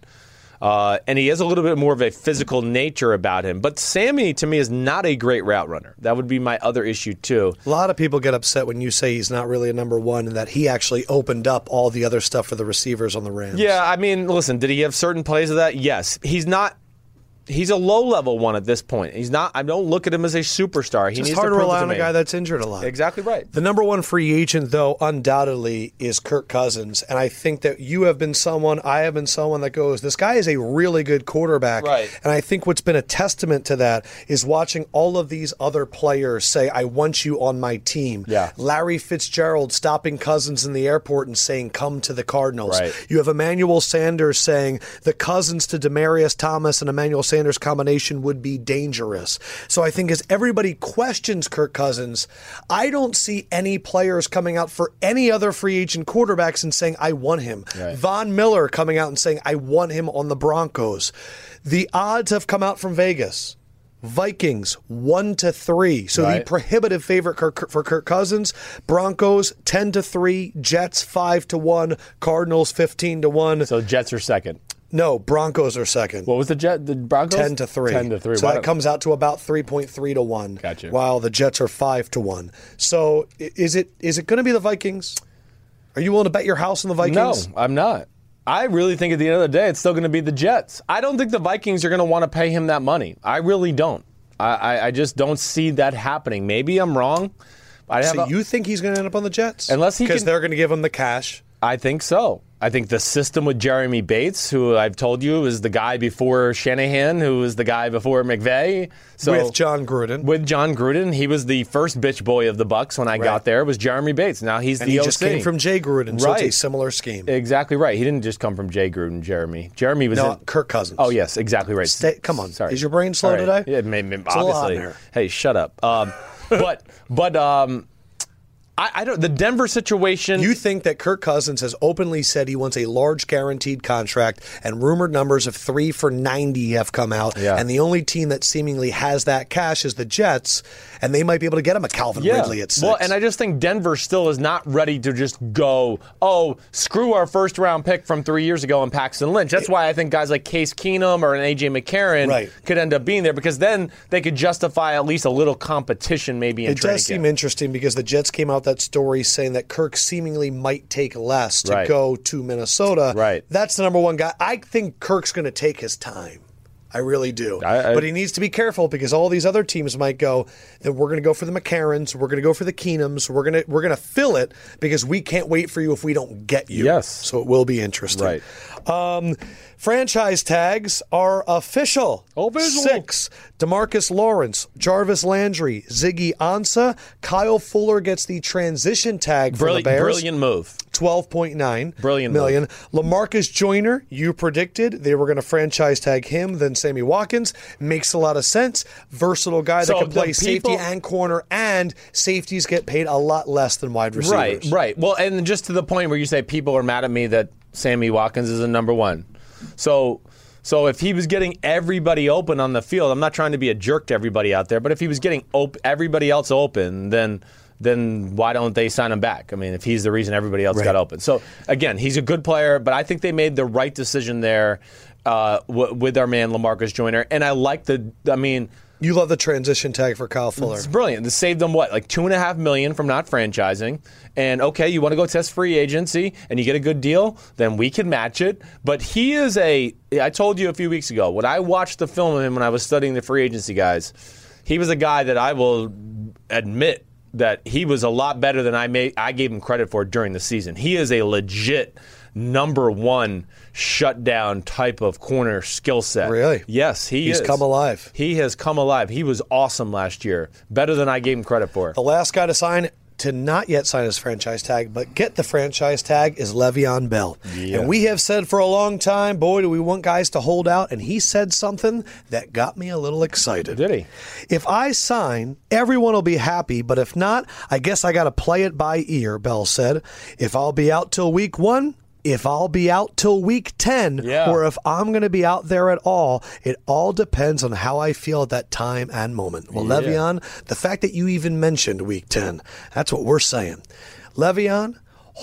S2: Uh, and he has a little bit more of a physical nature about him. But Sammy, to me, is not a great route runner. That would be my other issue too.
S1: a lot of people get upset when you say he's not really a number one and that he actually opened up all the other stuff for the receivers on the Rams.
S2: Yeah, I mean, listen, did he have certain plays of that? Yes. He's not. He's a low level one at this point. He's not. I don't look at him as a superstar. He
S1: It's
S2: needs
S1: hard to
S2: prove it
S1: rely on
S2: me.
S1: a guy that's injured a lot.
S2: exactly right.
S1: The number one free agent, though, undoubtedly is Kirk Cousins. And I think that you have been someone, I have been someone that goes, this guy is a really good quarterback.
S2: Right.
S1: And I think what's been a testament to that is watching all of these other players say, I want you on my team.
S2: Yeah.
S1: Larry Fitzgerald stopping Cousins in the airport and saying, come to the Cardinals.
S2: Right.
S1: You have Emmanuel Sanders saying, the Cousins to Demarius Thomas and Emmanuel Sanders combination would be dangerous. So I think as everybody questions Kirk Cousins, I don't see any players coming out for any other free agent quarterbacks and saying, I want him. Von Miller coming out and saying, I want him on the Broncos. The odds have come out from Vegas. Vikings one to three, so the
S2: Right.
S1: prohibitive favorite Kirk- for Kirk Cousins. Broncos ten to three, Jets five to one, Cardinals fifteen to one.
S2: So Jets are second.
S1: No, Broncos are second.
S2: What was the Jet? The Broncos.
S1: 10 to 3.
S2: Ten to three.
S1: So
S2: Why
S1: that
S2: don't-
S1: comes out to about 3.3 to 1.
S2: Gotcha.
S1: While the Jets are 5 to 1. So i- is it is it going to be the Vikings? Are you willing to bet your house on the
S2: No,
S1: Vikings?
S2: I'm not. I really think at the end of the day, it's still going to be the Jets. I don't think the Vikings are going to want to pay him that money. I really don't. I, I, I just don't see that happening. Maybe I'm wrong. I have
S1: So
S2: a-
S1: you think he's going to end up on the Jets?
S2: Unless he
S1: Because
S2: can-
S1: they're going to give him the cash.
S2: I think so. I think the system with Jeremy Bates, who I've told you is the guy before Shanahan, who was the guy before McVay. So
S1: with John Gruden.
S2: with John Gruden, he was the first bitch boy of the Bucks when I got there. Was Jeremy Bates? Now he's
S1: and
S2: the
S1: he
S2: OC.
S1: just came from Jay Gruden, so it's a
S2: Right.
S1: similar scheme.
S2: exactly right. He didn't just come from Jay Gruden. Jeremy. Jeremy was
S1: no,
S2: in-
S1: Kirk Cousins.
S2: Oh yes, exactly right.
S1: Stay- come on.
S2: sorry.
S1: Is your brain slow
S2: All
S1: today?
S2: Yeah, may, may,
S1: a little hot in
S2: obviously.
S1: here.
S2: Hey, shut up. Um, but but um, I, I don't. The Denver situation.
S1: You think that Kirk Cousins has openly said he wants a large guaranteed contract, and rumored numbers of three for 90 have come out.
S2: Yeah.
S1: And the only team that seemingly has that cash is the Jets, and they might be able to get him a Calvin Ridley at six.
S2: Well, and I just think Denver still is not ready to just go, oh, screw our first round pick from three years ago and Paxton Lynch. That's why I think guys like Case Keenum or an AJ McCarron
S1: Right.
S2: could end up being there because then they could justify at least a little competition maybe in
S1: it
S2: training
S1: does seem
S2: camp.
S1: interesting because the Jets came out that story saying that Kirk seemingly might take less to
S2: Right.
S1: go to Minnesota.
S2: Right.
S1: That's the number one guy. I think Kirk's going to take his time. I really do.
S2: I- I-
S1: but he needs to be careful because all these other teams might go that we're going to go for the McCarrans, we're going to go for the Keenums, we're going to we're going to fill it because we can't wait for you if we don't get you.
S2: Yes.
S1: So it will be interesting.
S2: Right.
S1: Um, franchise tags are official.
S2: Official.
S1: Six. Demarcus Lawrence, Jarvis Landry, Ziggy Ansah, Kyle Fuller gets the transition tag for
S2: Brilliant,
S1: the Bears.
S2: brilliant move.
S1: 12.9
S2: Brilliant
S1: million. Lamarcus Joyner, you predicted they were going to franchise tag him, then Sammy Watkins. Makes a lot of sense. Versatile guy
S2: So
S1: that can
S2: the
S1: play safety
S2: people-
S1: and corner, and safeties get paid a lot less than wide receivers.
S2: Right, right. Well, and just to the point where you say people are mad at me that Sammy Watkins is a number one. So, so if he was getting everybody open on the field, I'm not trying to be a jerk to everybody out there, but if he was getting op- everybody else open, then then why don't they sign him back? I mean, if he's the reason everybody else got open. So again, he's a good player, but I think they made the right decision there uh, w- with our man Lamarcus Joyner, and I like the. I mean.
S1: You love the transition tag for Kyle Fuller.
S2: It's brilliant. This saved them what, like two and a half million from not franchising. And okay, you want to go test free agency and you get a good deal, then we can match it. But he is a. I told you a few weeks ago when I watched the film of him when I was studying the free agency guys, he was a guy that I will admit that he was a lot better than I made. I gave him credit for during the season. He is a legit number one shutdown type of corner skill set.
S1: Really?
S2: Yes, he
S1: He's
S2: is.
S1: come alive.
S2: He has come alive. He was awesome last year, better than I gave him credit for.
S1: The last guy to sign to not yet sign his franchise tag, but get the franchise tag is Le'Veon Bell. And we have said for a long time, boy, do we want guys to hold out. And he said something that got me a little excited.
S2: Did he?
S1: If I sign, everyone will be happy, but if not, I guess I got to play it by ear, Bell said. If I'll be out till week one, if I'll be out till week 10,
S2: Yeah.
S1: or if I'm going to be out there at all, it all depends on how I feel at that time and moment. Well, Le'Veon, the fact that you even mentioned week 10, that's what we're saying. Le'Veon,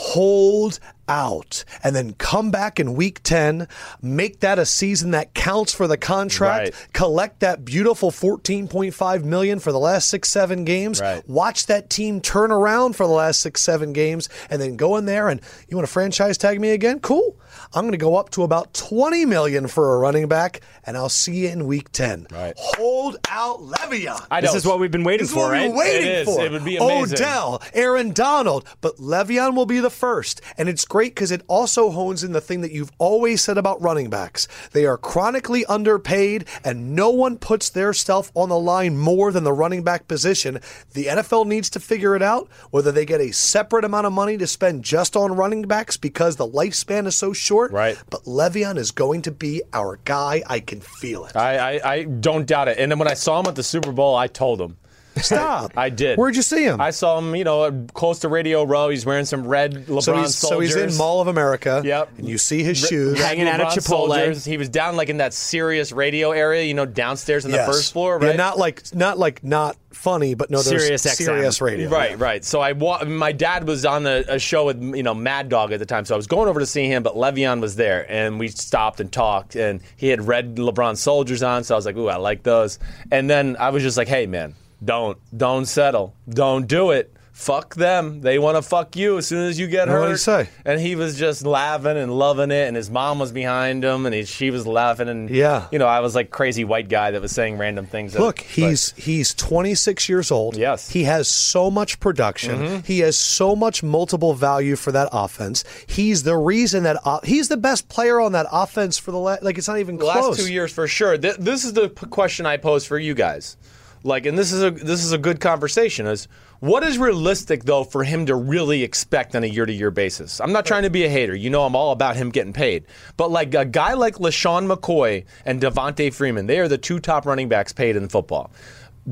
S1: hold out and then come back in week 10, make that a season that counts for the contract,
S2: Right.
S1: collect that beautiful 14.5 million for the last six seven games
S2: Right.
S1: watch that team turn around for the last six seven games and then go in there and you want to franchise tag me again cool i'm going to go up to about 20 million for a running back and i'll see you in week 10
S2: Right.
S1: hold out Le'Veon.
S2: I
S3: This
S2: know.
S3: is what we've been waiting
S1: This is
S3: for,
S1: what we
S3: right?
S1: were waiting
S2: It is.
S1: for.
S2: It would be amazing.
S1: Odell, Aaron Donald, but Le'Veon will be the first, and it's great because it also hones in the thing that you've always said about running backs: they are chronically underpaid, and no one puts their self on the line more than the running back position. The NFL needs to figure it out whether they get a separate amount of money to spend just on running backs because the lifespan is so short.
S2: Right.
S1: But Le'Veon is going to be our guy. I can feel it.
S2: I, I, I don't doubt it. And then when I saw him at the Super Bowl, I told him.
S1: Stop.
S2: I did.
S1: Where'd you see him?
S2: I saw him, you know, close to Radio Row. He's wearing some red LeBron
S1: So he's, so
S2: soldiers.
S1: he's in Mall of America.
S2: Yep.
S1: And you see his
S2: Red-
S1: shoes.
S2: red
S3: Hanging out at
S2: LeBron
S3: Chipotle.
S2: soldiers. He was down like in that serious radio area, you know, downstairs on
S1: Yes.
S2: the first floor,
S1: Yeah,
S2: right?
S1: not like not like not funny, but no, there's
S3: Sirius XM.
S1: serious radio.
S2: Right, right. So I wa- my dad was on a, a show with you know Mad Dog at the time, so I was going over to see him, but Le'Veon was there, and we stopped and talked, and he had red LeBron soldiers on, so I was like, ooh, I like those. And then I was just like, hey man, don't don't settle, don't do it. fuck them. They want to fuck you as soon as you get
S1: And
S2: hurt.
S1: what'd he say?
S2: And he was just laughing and loving it, and his mom was behind him, and he, she was laughing, and
S1: Yeah.
S2: you know, I was like crazy white guy that was saying random things. that-
S1: Look,
S2: but-
S1: he's he's 26 years old.
S2: Yes. Mm-hmm.
S1: he has so much production. He has so much multiple value for that offense. He's the reason that o- he's the best player on that offense for the la- like. It's not even
S2: The
S1: close.
S2: last two years for sure. Th- this is the p- question I pose for you guys. Like, and this is a this is a good conversation. Is what is realistic though for him to really expect on a year to year basis? I'm not trying to be a hater. You know, I'm all about him getting paid. But like a guy like Lashawn McCoy and Devontae Freeman, they are the two top running backs paid in football.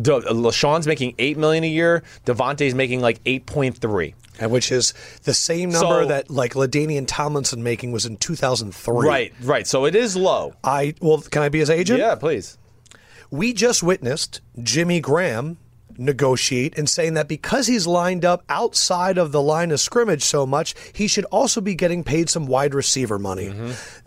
S2: De- Lashawn's making eight million a year. Devontae's making like eight point three.
S1: And which is the same number
S2: So-
S1: that like Ladainian Tomlinson making was in 2003.
S2: Right, right. So it is low.
S1: I well, can I be his agent?
S2: Yeah, please.
S1: We just witnessed Jimmy Graham negotiate and saying that because he's lined up outside of the line of scrimmage so much, he should also be getting paid some wide receiver money.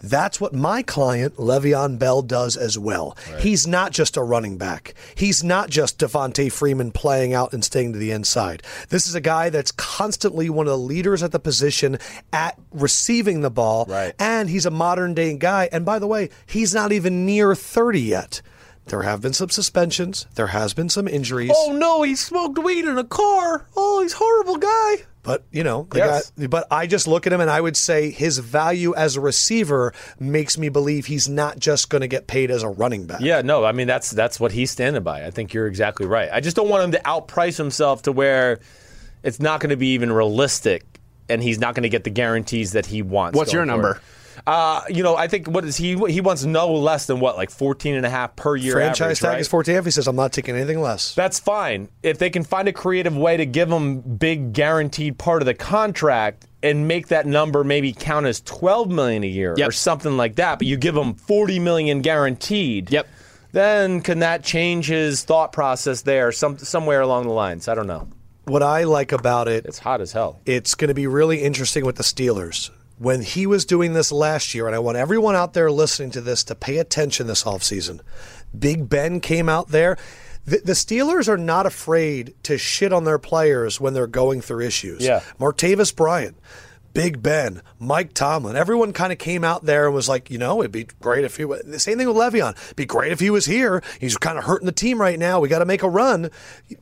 S1: That's what my client Le'Veon Bell does as well. He's not just a running back. He's not just Devontae Freeman playing out and staying to the inside. This is a guy that's constantly one of the leaders at the position at receiving the ball.
S2: Right.
S1: And he's a modern day guy. And by the way, he's not even near 30 yet. There have been some suspensions. There has been some injuries.
S2: Oh no, he smoked weed in a car. Oh, he's a horrible guy.
S1: But you know, the
S2: Yes.
S1: guy, but I just look at him and I would say his value as a receiver makes me believe he's not just going to get paid as a running back.
S2: Yeah, no, I mean that's that's what he's standing by. I think you're exactly right. I just don't want him to outprice himself to where it's not going to be even realistic, and he's not going to get the guarantees that he wants.
S3: What's
S2: going
S3: your number?
S2: forward. Uh, you know, I think what is he? He wants no less than what, like 14 and a half per year.
S1: franchise
S2: average,
S1: tag
S2: right?
S1: is 14. If he says I'm not taking anything less,
S2: That's fine. If they can find a creative way to give him big guaranteed part of the contract and make that number maybe count as 12 million a year
S3: Yep.
S2: or something like that, but you give him 40 million guaranteed.
S3: Yep.
S2: Then can that change his thought process there some somewhere along the lines? I don't know.
S1: what I like about it
S2: It's hot as hell.
S1: it's going to be really interesting with the Steelers. When he was doing this last year, and I want everyone out there listening to this to pay attention this offseason, Big Ben came out there. The, the Steelers are not afraid to shit on their players when they're going through issues.
S2: Yeah.
S1: Martavis Bryant, Big Ben, Mike Tomlin, everyone kind of came out there and was like, you know, it'd be great if he was. The same thing with Le'Veon. It'd be great if he was here. He's kind of hurting the team right now. We got to make a run.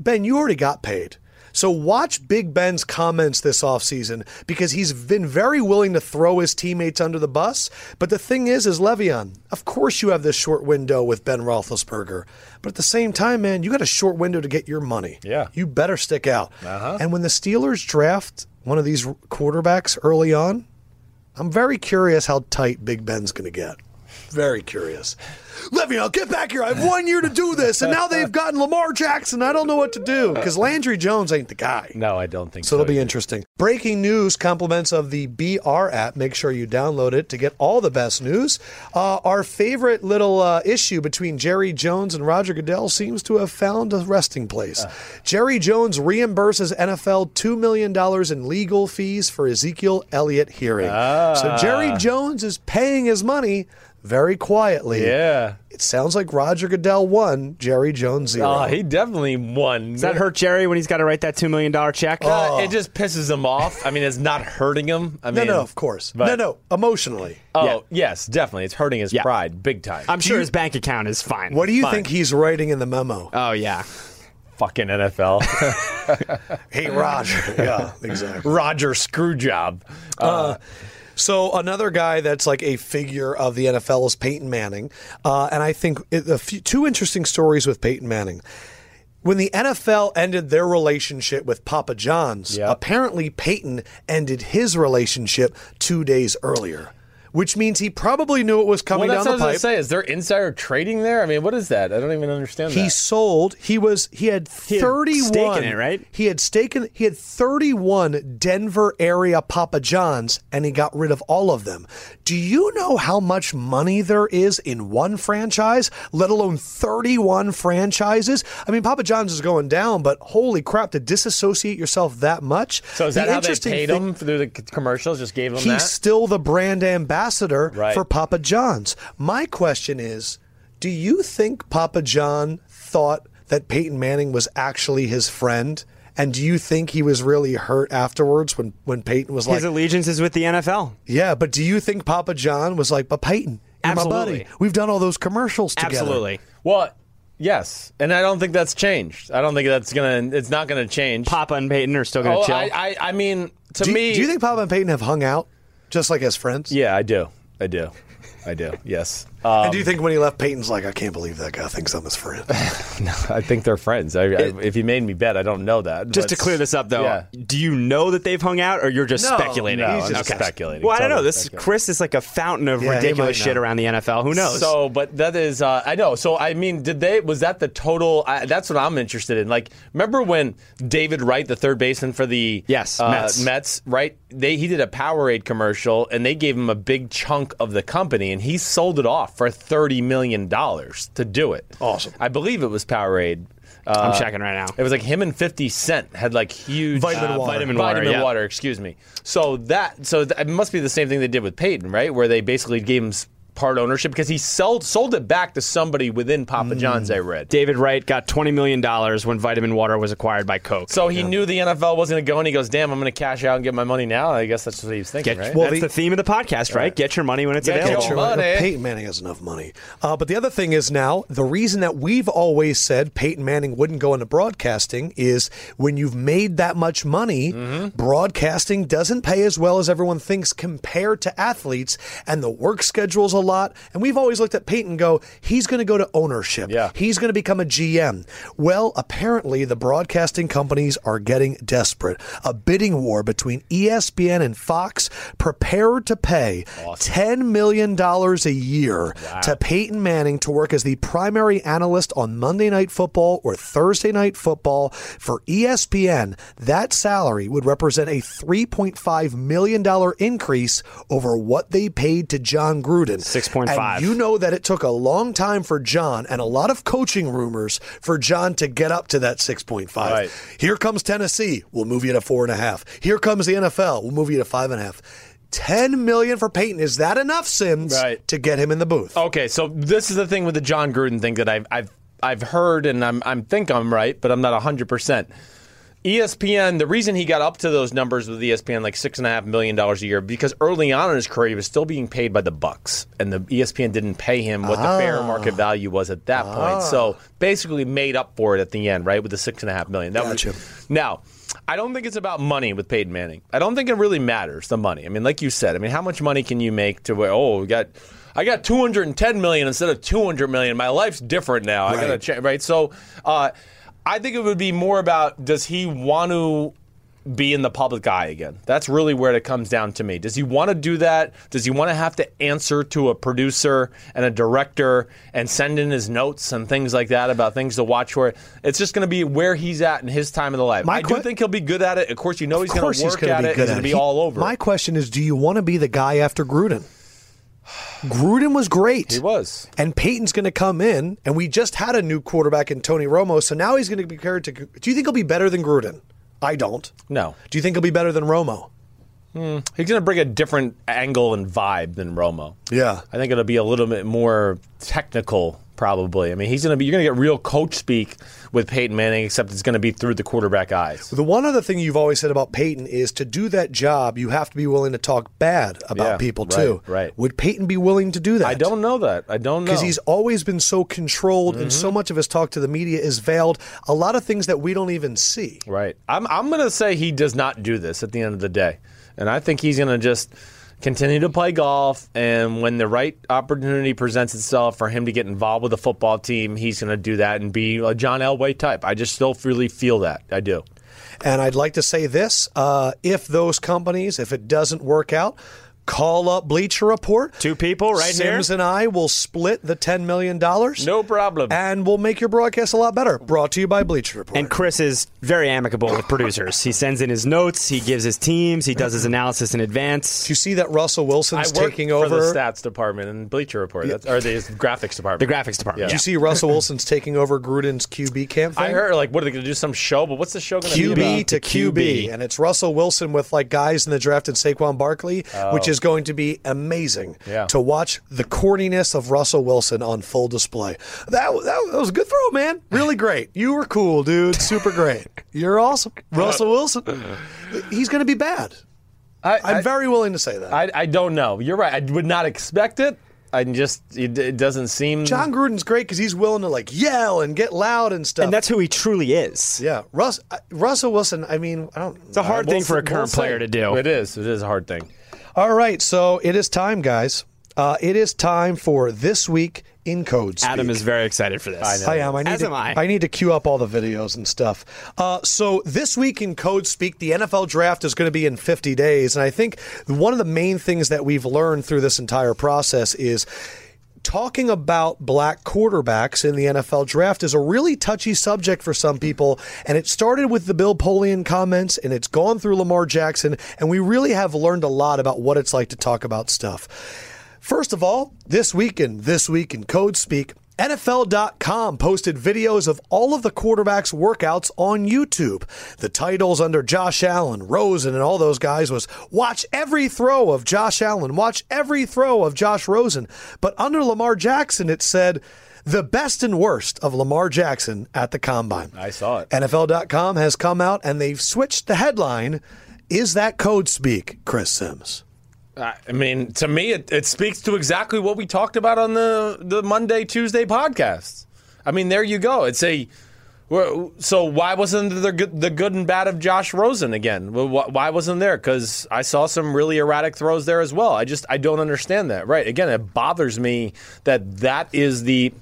S1: Ben, you already got paid. So watch Big Ben's comments this offseason because he's been very willing to throw his teammates under the bus. But the thing is, is Le'Veon, of course you have this short window with Ben Roethlisberger. But at the same time, man, you got a short window to get your money.
S2: Yeah.
S1: You better stick out. And when the Steelers draft one of these quarterbacks early on, I'm very curious how tight Big Ben's going to get. Very curious. Le'Veon, get back here. I have one year to do this, and now they've gotten Lamar Jackson. I don't know what to do because Landry Jones ain't the guy.
S2: No, I don't think
S1: So
S2: so.
S1: it'll be interesting. Breaking news compliments of the BR app. Make sure you download it to get all the best news. Uh, our favorite little uh, issue between Jerry Jones and Roger Goodell seems to have found a resting place.
S2: Uh.
S1: Jerry Jones reimburses NFL $2 million in legal fees for Ezekiel Elliott hearing. So
S2: Ah.
S1: Jerry Jones is paying his money very quietly.
S2: Yeah.
S1: It sounds like Roger Goodell won, Jerry Jones zero.
S2: Oh, he definitely won.
S3: Does that hurt Jerry when he's got to write that $2 million check?
S2: Uh, It just pisses him off. I mean, it's not hurting him. I
S1: no,
S2: mean,
S1: no, of course.
S2: but-
S1: no, no, emotionally.
S2: Oh,
S3: Yeah.
S2: yes, definitely. It's hurting his
S3: Yeah.
S2: pride big time.
S3: I'm sure his bank account is fine.
S1: What do you
S3: Fine.
S1: think he's writing in the memo?
S3: Oh, yeah.
S2: fucking NFL.
S1: Hey, Roger. yeah, exactly.
S2: Roger Screwjob.
S1: So another guy that's like a figure of the NFL is Peyton Manning, uh, and I think it, a few, two interesting stories with Peyton Manning. When the NFL ended their relationship with Papa John's,
S2: Yeah.
S1: apparently Peyton ended his relationship two days earlier, which means he probably knew it was
S2: Well,
S1: coming
S2: that's what I
S1: down
S2: was
S1: the
S2: going to
S1: pipe.
S2: say. Is there insider trading there? I mean, what is that? I don't even understand
S1: He
S2: that.
S1: sold. He was. He had
S3: had
S1: thirty-one.
S3: stake in it, right?
S1: He had staken. He had thirty-one Denver area Papa Johns, and he got rid of all of them. Do you know how much money there is in one franchise? Let alone thirty-one franchises. I mean, Papa Johns is going down, but holy crap! To disassociate yourself that much.
S2: So is that
S1: the
S2: how they
S1: interesting
S2: paid
S1: thing-
S2: him through the c- commercials? Just gave him
S1: He's
S2: that?
S1: still the brand ambassador
S2: Right.
S1: for Papa John's. My question is, do you think Papa John thought that Peyton Manning was actually his friend And do you think he was really hurt afterwards when when Peyton was like,
S3: His allegiance is with the NFL.
S1: "Yeah"? But do you think Papa John was like, "But Peyton, you're my buddy.
S3: Absolutely.
S1: We've done all those commercials together."
S3: Absolutely.
S2: Well, yes, and I don't think that's changed. I don't think that's gonna. It's not gonna change.
S3: Papa and Peyton are still going to
S2: Oh,
S3: chill.
S2: I, I, I mean, to
S1: Do you,
S2: me,
S1: do you think Papa and Peyton have hung out just like as friends?
S2: Yeah, I do. I do. I do. Yes.
S1: and do you think when he left, Peyton's like, "I can't believe that guy thinks I'm his friend."
S2: I think they're friends. I, I, if you made me bet, I don't know that.
S3: just to
S2: but-
S3: clear this up, though,
S2: Yeah.
S3: do you know that they've hung out, or you're just
S2: No,
S3: speculating?
S2: no, I'm just speculating.
S3: Well, I don't know.
S2: Totally
S3: This
S2: speculating.
S3: Chris is like a fountain of
S1: Yeah, he
S3: ridiculous
S1: might
S3: shit
S1: know.
S3: around the NFL. Who knows?
S2: So, but that is, uh, I know. So, I mean, did they, was that the total? I, that's what I'm interested in. Like, remember when David Wright, the third baseman for the
S3: Yes,
S2: uh,
S3: Mets.
S2: right? They, he did a Powerade commercial and they gave him a big chunk of the company and he sold it off for $30 million to do it.
S1: Awesome.
S2: I believe it was Powerade.
S3: I'm
S2: Uh,
S3: checking right now.
S2: It was like him and 50 Cent had like huge uh,
S1: Vitamin water.
S2: Vitamin,
S3: Vitamin
S2: water,
S3: water, yeah.
S2: excuse me. So that so th- it must be the same thing they did with Peyton, right? Where they basically gave him s- part ownership because he sold sold it back to somebody within Papa
S1: Mm.
S2: John's. I read.
S3: David Wright got $20 million when Vitamin Water was acquired by Coke.
S2: So he knew the NFL wasn't going to go, and he goes, "Damn, I'm going to cash out and get my money now." I guess that's what he was thinking,
S3: Get,
S2: right?
S1: well,
S3: that's
S1: the-
S3: the, theme of the podcast, right? Get your money when it's
S2: Get your
S3: available.
S2: money.
S1: Sure,
S2: Money.
S1: Peyton Manning has enough money. Uh, but the other thing is now the reason that we've always said Peyton Manning wouldn't go into broadcasting is when you've made that much money,
S2: Mm-hmm.
S1: broadcasting doesn't pay as well as everyone thinks compared to athletes, and the work schedule's a lot. And we've always looked at Peyton and go, he's going to go to ownership.
S2: Yeah.
S1: He's going to become a GM. Well, apparently the broadcasting companies are getting desperate. A bidding war between E ESPN and Fox prepared to pay $10 million a year to Peyton Manning to work as the primary analyst on Monday Night Football or Thursday Night Football for E ESPN. That salary would represent a $3.5 million increase over what they paid to John Gruden.
S3: 6.5.
S1: And you know that it took a long time for John and a lot of coaching rumors for John to get up to that 6.5.
S2: Right.
S1: Here comes Tennessee. We'll move you to four and a half. Here comes the NFL. We'll move you to five and a half. 10 million for Peyton. Is that enough, Sims,
S2: Right. Oh,
S1: to get him in the booth?
S2: Okay, so this is the thing with the John Gruden thing that I've I've I've heard and I'm I'm think I'm right, but I'm not hundred percent. E ESPN, the reason he got up to those numbers with E ESPN, like six and a half million dollars a year, because early on in his career he was still being paid by the Bucks, and the E ESPN didn't pay him what the fair market value was at that point. So basically, made up for it at the end, right, with the six and a half million. That
S1: Gotcha.
S2: was now. I don't think it's about money with Peyton Manning. I don't think it really matters the money. I mean, like you said, I mean, how much money can you make to where? Oh, we got, I got two hundred and ten million instead of two hundred million. My life's different now. I got to
S1: Right.
S2: change. Right. So, uh, I think it would be more about does he want to be in the public eye again? That's really where it comes down to me. Does he want to do that? Does he want to have to answer to a producer and a director and send in his notes and things like that about things to watch for? It's just going to be where he's at in his time of the life.
S1: My
S2: I do
S1: que-
S2: think he'll be good at it. Of course, you know he's
S1: of
S2: going
S1: course
S2: to work
S1: he's going
S2: at
S1: to be
S2: it.
S1: good
S2: he's
S1: at
S2: going
S1: it.
S2: to be
S1: He-
S2: all over.
S1: My
S2: it.
S1: question is, do you want to be the guy after Gruden? Gruden was great.
S2: He was.
S1: And Peyton's going to come in, and we just had a new quarterback in Tony Romo, so now he's going to be compared to. Do you think he'll be better than Gruden? I don't.
S2: No.
S1: Do you think he'll be better than Romo?
S2: He's going to bring a different angle and vibe than Romo.
S1: Yeah.
S2: I think it'll be a little bit more technical, probably. I mean, he's going to be you're going to get real coach speak with Peyton Manning, except it's going to be through the quarterback eyes.
S1: The one other thing you've always said about Peyton is to do that job, you have to be willing to talk bad about
S2: Yeah,
S1: people
S2: right,
S1: too.
S2: right.
S1: Would Peyton be willing to do that?
S2: I don't know that. I don't know
S1: because he's always been so controlled, and
S2: Mm-hmm.
S1: so much of his talk to the media is veiled. A lot of things that we don't even see.
S2: right. I'm I'm going to say he does not do this at the end of the day, and I think he's going to just continue to play golf. And when the right opportunity presents itself for him to get involved with the football team, he's going to do that and be a John Elway type. I just still really feel that. I do.
S1: And I'd like to say this uh, if those companies, if it doesn't work out, call up Bleacher Report.
S3: Two people right
S1: Sims
S3: here?
S1: and I will split the $10 million.
S2: No problem.
S1: And we'll make your broadcast a lot better. Brought to you by Bleacher Report.
S3: And Chris is very amicable with producers. He sends in his notes, he gives his teams, he does his analysis in advance.
S1: Do you see that Russell
S2: I
S1: Wilson's
S2: work
S1: taking
S2: for
S1: over?
S2: the stats department and Bleacher Report, that's, or the graphics department.
S3: The graphics department.
S1: Do
S3: Yeah.
S1: you see Russell Wilson's taking over Gruden's QB camp? Thing?
S2: I heard like what are they going to do? Some show, but what's the show going to be
S1: QB
S2: about?
S1: to QB, and it's Russell Wilson with like guys in the draft and Saquon Barkley, which is going to be amazing
S2: Oh. Yeah.
S1: to watch the corniness of Russell Wilson on full display. That, that, that was a good throw, man. Really great. You were cool, dude. Super great. You're awesome. Russell Wilson. He's going to be bad. I'm very willing to say that.
S2: I, I don't know. You're right. I would not expect it. I just it, it doesn't seem.
S1: John Gruden's great because he's willing to like yell and get loud and stuff.
S3: And that's who he truly is.
S1: yeah, Russ, I- Russell Wilson. I mean, I don't.
S3: It's a hard thing for a current player to do.
S2: It is. It is a hard thing.
S1: All right, so it is time, guys. Uh, it is time for this week in code. Speak.
S3: Adam is very excited for this.
S1: I am. I need
S3: As
S1: to,
S3: am I.
S1: need to queue up all the videos and stuff. Uh, so this week in Code Speak, the NFL draft is going to be in 50 days, and I think one of the main things that we've learned through this entire process is. Talking about black quarterbacks in the NFL draft is a really touchy subject for some people, and it started with the Bill Polian comments, and it's gone through Lamar Jackson, and we really have learned a lot about what it's like to talk about stuff. First of all, this week and this week in Code Speak, NFL.com posted videos of all of the quarterbacks' workouts on YouTube. The titles under Josh Allen, Rosen, and all those guys was Watch Every Throw of Josh Allen, Watch Every Throw of Josh Rosen. But under Lamar Jackson, it said, The Best and Worst of Lamar Jackson at the Combine.
S2: I saw it.
S1: NFL.com has come out and they've switched the headline Is that Code Speak, Chris Sims?
S2: I I mean, to me, it, it speaks to exactly what we talked about on the the Monday Tuesday podcast. I mean, there you go. It's a well, so why wasn't there good, the good and bad of Josh Rosen again? Well, wh- Why wasn't there? Because I saw some really erratic throws there as well. I just I don't understand that. Right? Again, it bothers me that that is the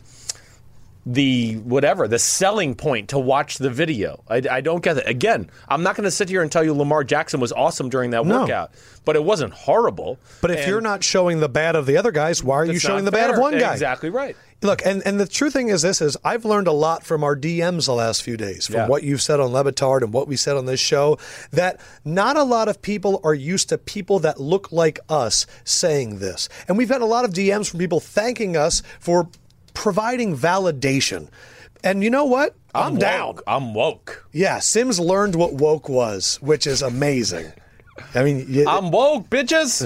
S2: the whatever the selling point to watch the video. I, I don't get it. Again, I'm not going to sit here and tell you Lamar Jackson was awesome during that
S1: No.
S2: workout, but it wasn't horrible.
S1: But if
S2: And
S1: you're not showing the bad of the other guys, why are you
S2: it's
S1: showing the
S2: not
S1: bad of
S2: fair.
S1: one guy?
S2: Exactly right.
S1: Look, and, and the true thing is this is I've learned a lot from our DMs the last few days, from
S2: Yeah.
S1: what you've said on Levitard and what we said on this show, that not a lot of people are used to people that look like us saying this. And we've had a lot of DMs from people thanking us for providing validation. And you know what? I'm,
S2: woke.
S1: down.
S2: I'm woke.
S1: Yeah, Sims learned what woke was, which is amazing. I mean, you,
S2: I'm woke, bitches.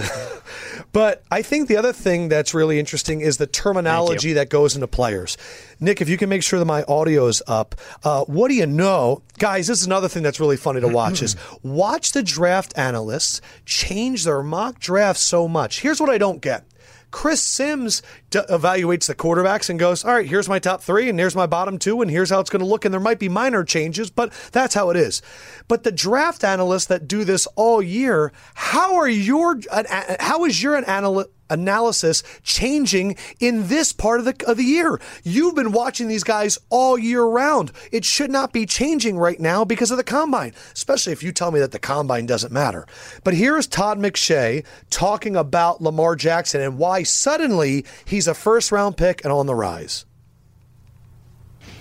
S1: But I think the other thing that's really interesting is the terminology that goes into players. Nick, if you can make sure that my audio is up, uh, what do you know? Guys, this is another thing that's really funny to watch is watch the draft analysts change their mock drafts so much. Here's what I don't get. Chris Sims d- evaluates the quarterbacks and goes, All right, here's my top three, and here's my bottom two, and here's how it's going to look. And there might be minor changes, but that's how it is. But the draft analysts that do this all year, how are your an- a- how is your anal- analysis changing in this part of the of the year? You've been watching these guys all year round. It should not be changing right now because of the combine, especially if you tell me that the combine doesn't matter. But here is Todd McShay talking about Lamar Jackson and why suddenly he's a first round pick and on the rise.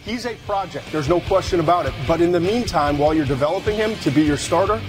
S4: He's a project, there's no question about it. But in the meantime, while you're developing him to be your starter,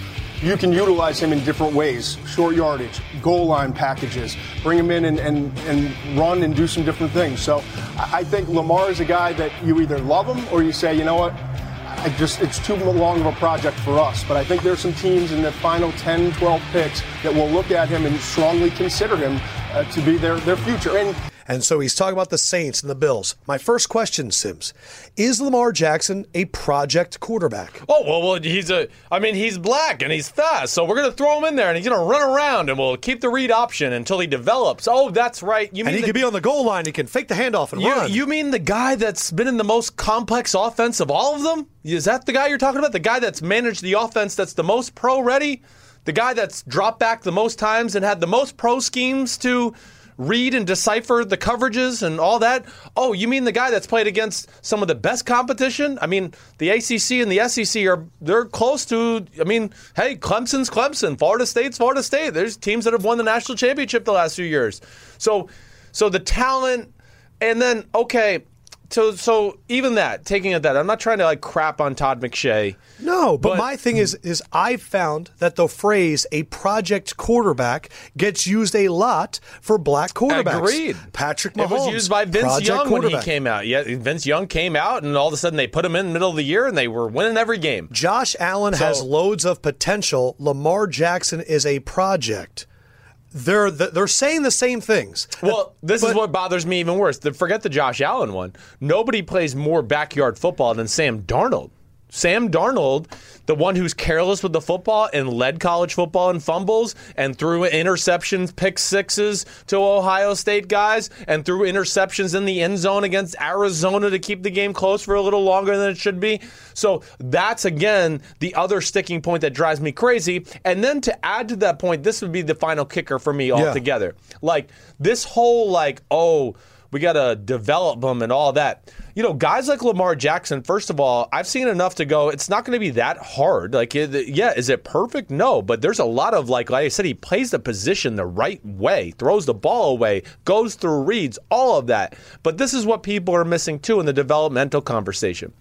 S4: you can utilize him in different ways short yardage, goal line packages, bring him in and, and, and run and do some different things. So I I think Lamar is a guy that you either love him or you say, you know what? I just it's too long of a project for us, but I think there's some teams in the final 10, 12 picks that will look at him and strongly consider him uh, to be their, their future. And
S1: And so he's talking about the Saints and the Bills. My first question, Sims, is Lamar Jackson a project quarterback?
S2: oh well, well, he's a. I mean, he's black and he's fast, so we're gonna throw him in there and he's gonna run around and we'll keep the read option until he develops. Oh, that's right. You mean
S1: And he
S2: the-
S1: could be on the goal line. He can fake the handoff and
S2: you,
S1: run.
S2: you mean the guy that's been in the most complex offense of all of them? Is that the guy you're talking about? The guy that's managed the offense that's the most pro ready? The guy that's dropped back the most times and had the most pro schemes to read and decipher the coverages and all that? Oh, you mean the guy that's played against some of the best competition? I mean, the ACC and the SEC are they're close to I mean, hey, Clemson's Clemson, Florida State's Florida State. There's teams that have won the national championship the last few years. So so the talent and then okay, so so even that, taking it that, I'm not trying to like crap on Todd McShay.
S1: No, but,
S2: But-
S1: my thing is is I've found that the phrase a project quarterback gets used a lot for black quarterbacks.
S2: Agreed.
S1: Patrick Mahomes.
S2: It was used by Vince
S1: project
S2: Young when he
S1: quarterback.
S2: came out. Yeah, Vince Young came out, and all of a sudden they put him in the middle of the year, and they were winning every game.
S1: Josh Allen has
S2: So-
S1: loads of potential. Lamar Jackson is a project. they're they're saying the same things.
S2: Well, this is
S1: But-
S2: what bothers me even worse. The, forget the Josh Allen one. Nobody plays more backyard football than Sam Darnold. Sam Darnold, the one who's careless with the football and led college football in fumbles and threw interceptions, pick sixes to Ohio State guys, and threw interceptions in the end zone against Arizona to keep the game close for a little longer than it should be. So that's again the other sticking point that drives me crazy. And then to add to that point, this would be the final kicker for me altogether together. Like this whole like oh we gotta develop them and all that. You know, guys like Lamar Jackson. First of all, I've seen enough to go. It's not going to be that hard. Like, it- yeah, is it perfect? No, but there's a lot of like, like I said, he plays the position the right way, throws the ball away, goes through reads, all of that. But this is what people are missing too in the developmental conversation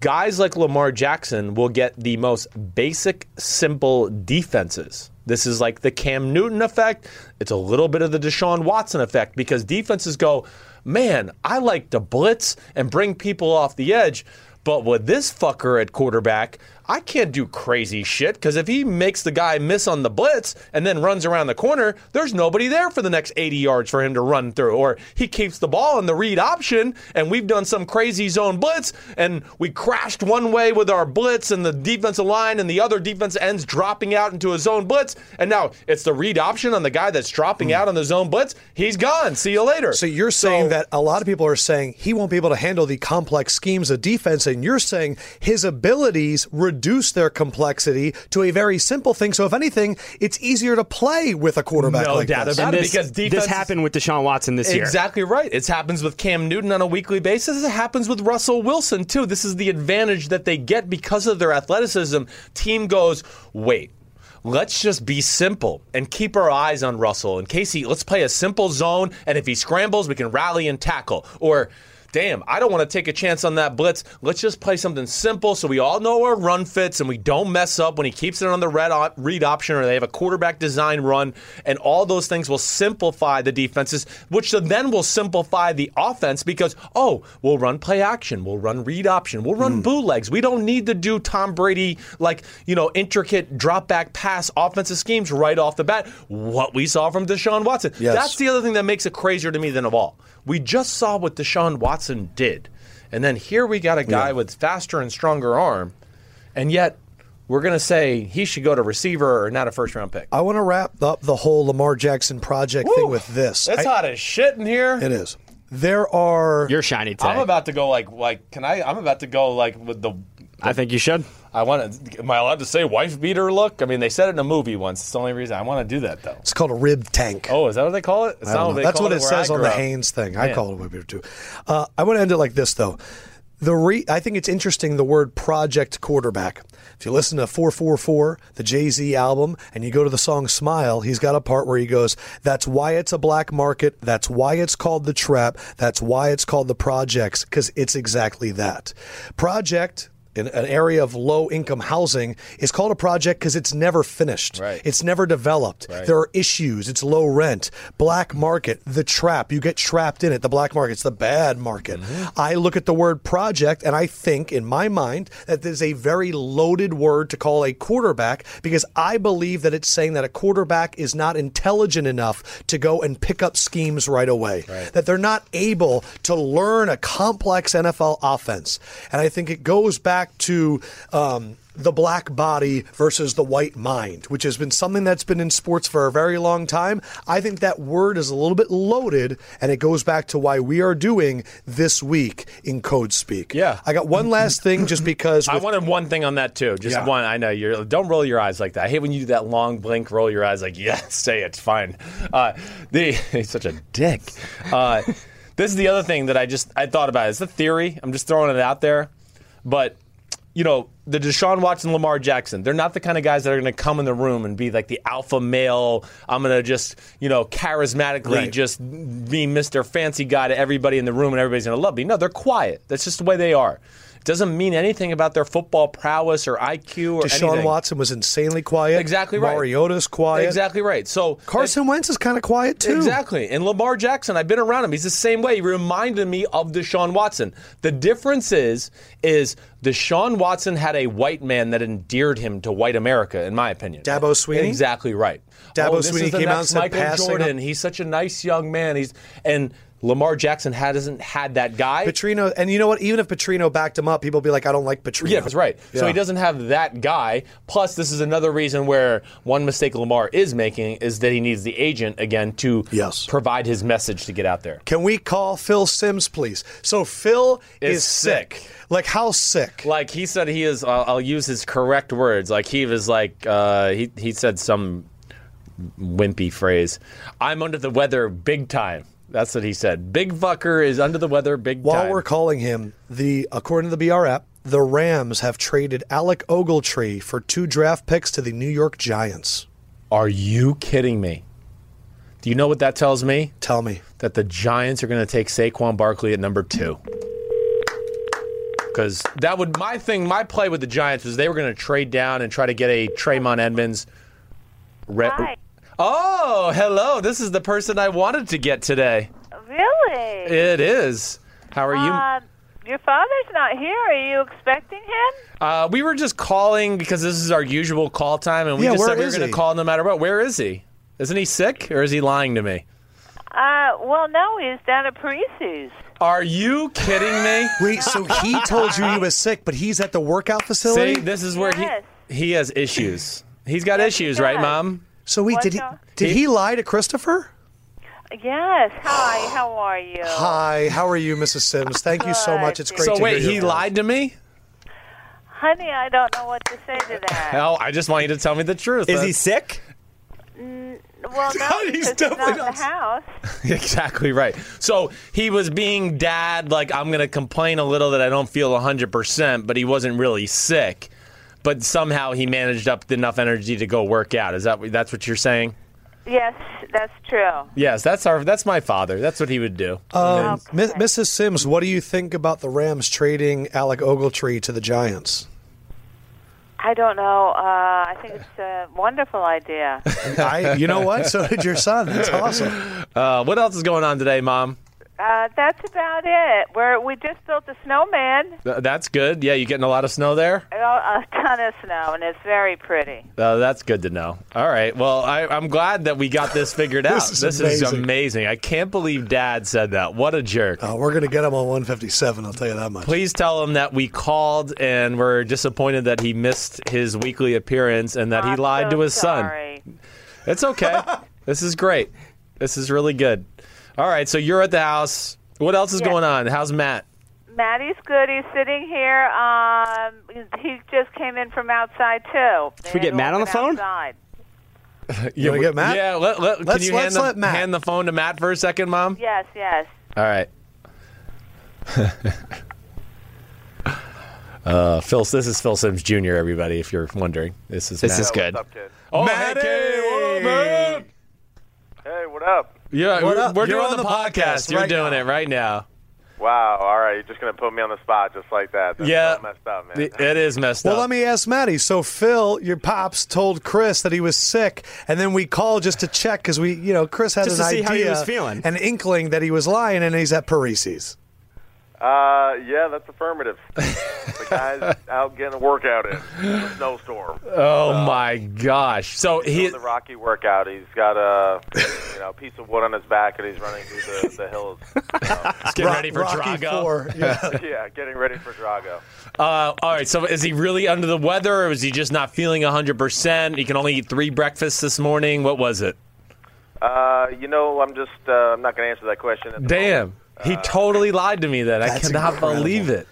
S2: guys like Lamar Jackson will get the most basic, simple defenses. This is like the Cam Newton effect. It's a little bit of the Deshaun Watson effect because defenses go, man, I like to blitz and bring people off the edge. But with this fucker at quarterback, I can't do crazy shit because if he makes the guy miss on the blitz and then runs around the corner, there's nobody there for the next 80 yards for him to run through. Or he keeps the ball in the read option and we've done some crazy zone blitz and we crashed one way with our blitz and the defensive line and the other defense ends dropping out into a zone blitz. And now it's the read option on the guy that's dropping out on the zone blitz. He's gone. See you later.
S1: Hmm. So you're saying that a lot of people are saying he won't be able to handle the complex schemes of defense, and you're saying his abilities reduce their complexity to a very simple thing. So if anything, it's easier to play with a quarterback
S2: No
S1: like
S2: doubt
S1: this.
S2: about
S3: And
S2: it,
S3: this,
S2: because
S3: this
S2: defense-
S3: happened with Deshaun Watson this year.
S2: Exactly right. It happens with Cam Newton on a weekly basis. It happens with Russell Wilson too. This is the advantage that they get because of their athleticism. Team goes, wait. Let's just be simple and keep our eyes on Russell. And Casey, let's play a simple zone. And if he scrambles, we can rally and tackle. Or, damn, I don't want to take a chance on that blitz. Let's just play something simple so we all know our run fits and we don't mess up when he keeps it on the red op- read option or they have a quarterback design run. And all those things will simplify the defenses, which then will simplify the offense because, oh, we'll run play action, we'll run read option, we'll run bootlegs. We don't need to do Tom Brady, like, you know, intricate drop back pass offensive schemes right off the bat. What we saw from Deshaun Watson.
S1: Yes.
S2: That's the other thing that makes it crazier to me than of all. We just saw what Deshaun Watson did. And then here we got a guy with faster and stronger arm, and yet we're going to say he should go to receiver or not a first round pick.
S1: I want to wrap up the whole Lamar Jackson project
S2: Woo!
S1: thing with this.
S2: That's
S1: I-
S2: hot as shit in here.
S1: It is. There are.
S3: You're shiny today.
S2: I'm about to go like like can I? I'm about to go like with the.
S3: I think you should.
S2: I want to. Am I allowed to say wife beater look? I mean, they said it in a movie once. It's the only reason I want to do that though.
S1: it's called a rib tank.
S2: Oh, is that what they call it? It's
S1: I don't
S2: not
S1: know.
S2: they
S1: That's
S2: called
S1: what it
S2: where I
S1: says on
S2: grew
S1: the
S2: up.
S1: Hanes thing. I call it a whip beater too. Uh, I want to end it like this though. The re- I think it's interesting the word project quarterback. If you listen to 444, the Jay Z album, and you go to the song Smile, he's got a part where he goes, That's why it's a black market. That's why it's called the trap. That's why it's called the projects, because it's exactly that. Project, in an area of low income housing, is called a project because it's never finished.
S2: Right.
S1: It's never developed. There are issues. It's low rent, black market, the trap. You get trapped in it. The black market's the bad market. I look at the word project and I think in my mind that there's a very loaded word to call a quarterback because I believe that it's saying that a quarterback is not intelligent enough to go and pick up schemes right away. That they're not able to learn a complex NFL offense. And I think it goes back to um, the black body versus the white mind, which has been something that's been in sports for a very long time. I think that word is a little bit loaded, and it goes back to why we are doing this week in Code Speak.
S2: Yeah.
S1: I got one last thing just because.
S2: I
S1: with-
S2: wanted one thing on that too. Just
S1: Yeah.
S2: one. I know you're. Don't roll your eyes like that. I hate when you do that long blink. Roll your eyes like, yeah, say it. Fine. Uh, the he's such a dick. Uh, this is the other thing that I just I thought about. It's a theory. I'm just throwing it out there, but you know the Deshaun Watson, Lamar Jackson. They're not the kind of guys that are going to come in the room and be like the alpha male. I'm going to just you know charismatically
S1: Right.
S2: just be Mr. Fancy Guy to everybody in the room and everybody's going to love me. No, they're quiet. That's just the way they are. It doesn't mean anything about their football prowess or IQ or
S1: Deshaun
S2: anything.
S1: Watson was insanely quiet.
S2: Exactly right.
S1: Mariota's quiet.
S2: Exactly right. So
S1: Carson Wentz is kind of quiet too.
S2: Exactly. And Lamar Jackson, I've been around him. He's the same way. He reminded me of Deshaun Watson. The difference is, is Deshaun Watson had a white man that endeared him to white America, in my opinion.
S1: Dabo Sweeney?
S2: Exactly right.
S1: Dabo
S2: Oh, this
S1: Sweeney
S2: is the
S1: came out
S2: next
S1: and said,
S2: Michael
S1: "Passing up."
S2: Jordan. He's such a nice young man. He's and Lamar Jackson hasn't had that guy.
S1: Petrino, and you know what? Even if Petrino backed him up, people would be like, "I don't like Petrino."
S2: Yeah, that's right. So
S1: Yeah.
S2: he doesn't have that guy. Plus, this is another reason where one mistake Lamar is making is that he needs the agent again to
S1: Yes.
S2: provide his message to get out there.
S1: Can we call Phil Sims, please? So Phil is,
S2: Is
S1: sick.
S2: sick.
S1: Like how sick?
S2: Like he said, he is. I'll I'll use his correct words. Like he was like uh, he he said some wimpy phrase. I'm under the weather, big time. That's what he said. Big fucker is under the weather, big
S1: While
S2: time.
S1: we're calling him, the according to the BR app, the Rams have traded Alec Ogletree for two draft picks to the New York Giants.
S2: Are you kidding me? Do you know what that tells me?
S1: Tell me.
S2: that the Giants are going to take Saquon Barkley at number two. Because that would my thing, my play with the Giants was they were going to trade down and try to get a Traymon Edmonds. Re-
S5: Hi.
S2: Oh, hello! This is the person I wanted to get today.
S5: Really?
S2: It is. How are you?
S5: Um, your father's not here. Are you expecting him?
S2: Uh, we were just calling because this is our usual call time, and we
S1: Yeah,
S2: just
S1: where
S2: said we were
S1: is
S2: going
S1: he?
S2: to call no matter what. Where is he? Isn't he sick, or is he lying to me?
S5: Uh, well, no, he's down at Parisi's.
S2: Are you kidding me?
S1: Wait, so he told you he was sick, but he's at the workout facility.
S2: See, this is where
S5: Yes.
S2: he he has issues. He's got
S5: Yes, he
S2: issues, right,
S5: does.
S2: Mom?
S1: so wait,
S5: What
S1: did he
S5: the-
S1: did he lie to Christopher?
S5: Yes. Hi. How are you?
S1: Hi, how are you, Mrs. Sims? Thank you so much. It's great
S2: so
S1: to
S2: wait,
S1: hear
S2: he
S1: your voice.
S2: lied to me?
S5: Honey, I don't know what to say to that.
S2: Hell, I just want you to tell me the truth.
S3: Is he sick?
S5: Well, no,
S2: He's
S5: because he's,
S2: definitely
S5: not in the
S2: not-
S5: house.
S2: exactly right? So he was being dad, like I'm going to complain a little that I don't feel 100, percent but he wasn't really sick. But somehow he managed up enough energy to go work out. Is that that's what you're saying?
S5: Yes, that's true.
S2: Yes, that's our that's my father. That's what he would do.
S1: Um,
S5: Okay.
S1: Mi- Mrs. Sims, what do you think about the Rams trading Alec Ogletree to the Giants?
S5: I don't know. Uh, I think it's a wonderful idea.
S1: I, you know what? So did your son. That's awesome.
S2: Uh, what else is going on today, Mom?
S5: Uh, that's about it. We're, we just built a snowman,
S2: Th- that's good. Yeah, you getting a lot of snow there?
S5: a, a ton of snow, and it's very pretty.
S2: Uh, that's good to know. All right. Well, I, I'm glad that we got this figured out.
S1: is amazing.
S2: amazing. I can't believe Dad said that. What a jerk.
S1: Uh, we're going to get him on 157. I'll tell you that much.
S2: Please tell him that we called and we're disappointed that he missed his weekly appearance and that he
S5: I'm
S2: lied
S5: so
S2: to his
S5: sorry.
S2: son. It's okay. this is great. This is really good. All right. So you're at the house. What else is
S5: Yes.
S2: going on? How's Matt?
S5: Maddie's good. He's sitting here. Um, he just came in from outside too. Did
S3: we get Matt on the phone?
S5: Outside.
S1: You wanna get Matt?
S2: Yeah. Let, let, can
S1: Let's-
S2: you
S1: let's
S2: hand,
S1: let
S2: the,
S1: Matt.
S2: hand the phone to Matt for a second, Mom?
S5: Yes, yes.
S2: All right. uh, Phil, this is Phil Sims Jr. Everybody, if you're wondering, this is
S3: This
S2: Matt.
S3: is good.
S2: Oh,
S1: Matty!
S2: hey, Kay, what up, Matt?
S6: Hey, what up?
S2: Yeah,
S1: What
S2: we're,
S1: up?
S2: we're
S1: You're
S2: doing
S1: on
S2: the,
S1: the podcast
S2: podcast. You're
S1: right
S2: doing
S1: now.
S2: it right now.
S6: Wow, all right, you're just gonna put me on the spot just like that. That's
S2: Yeah,
S6: so messed up, man.
S2: It- it is messed
S1: Well,
S2: up.
S1: let me ask Maddie. So Phil, your pops, told Chris that he was sick, and then we called just to check because we, you know, Chris had
S3: Just
S1: an
S3: to see
S1: idea,
S3: how he was feeling.
S1: an inkling that he was lying, and he's at Parisi's.
S6: Uh, yeah, that's affirmative. the guy's out getting a workout in a snowstorm.
S1: Uh,
S2: oh my gosh! So he,
S6: Doing the Rocky workout. He's got a you know piece of wood on his back and he's running through the, the hills.
S2: he's getting ready for
S1: Rocky
S2: Drago.
S1: Four. Yeah.
S6: yeah, getting ready for Drago.
S2: Uh, all right. So is he really under the weather, or is he just not feeling hundred percent? He can only eat three breakfasts this morning. What was it?
S6: Uh, you know, I'm just uh, I'm not gonna answer that question. at the moment.
S2: Damn, he
S6: Uh,
S2: totally lied to me. Then I
S1: That's
S2: cannot
S1: incredible.
S2: believe it.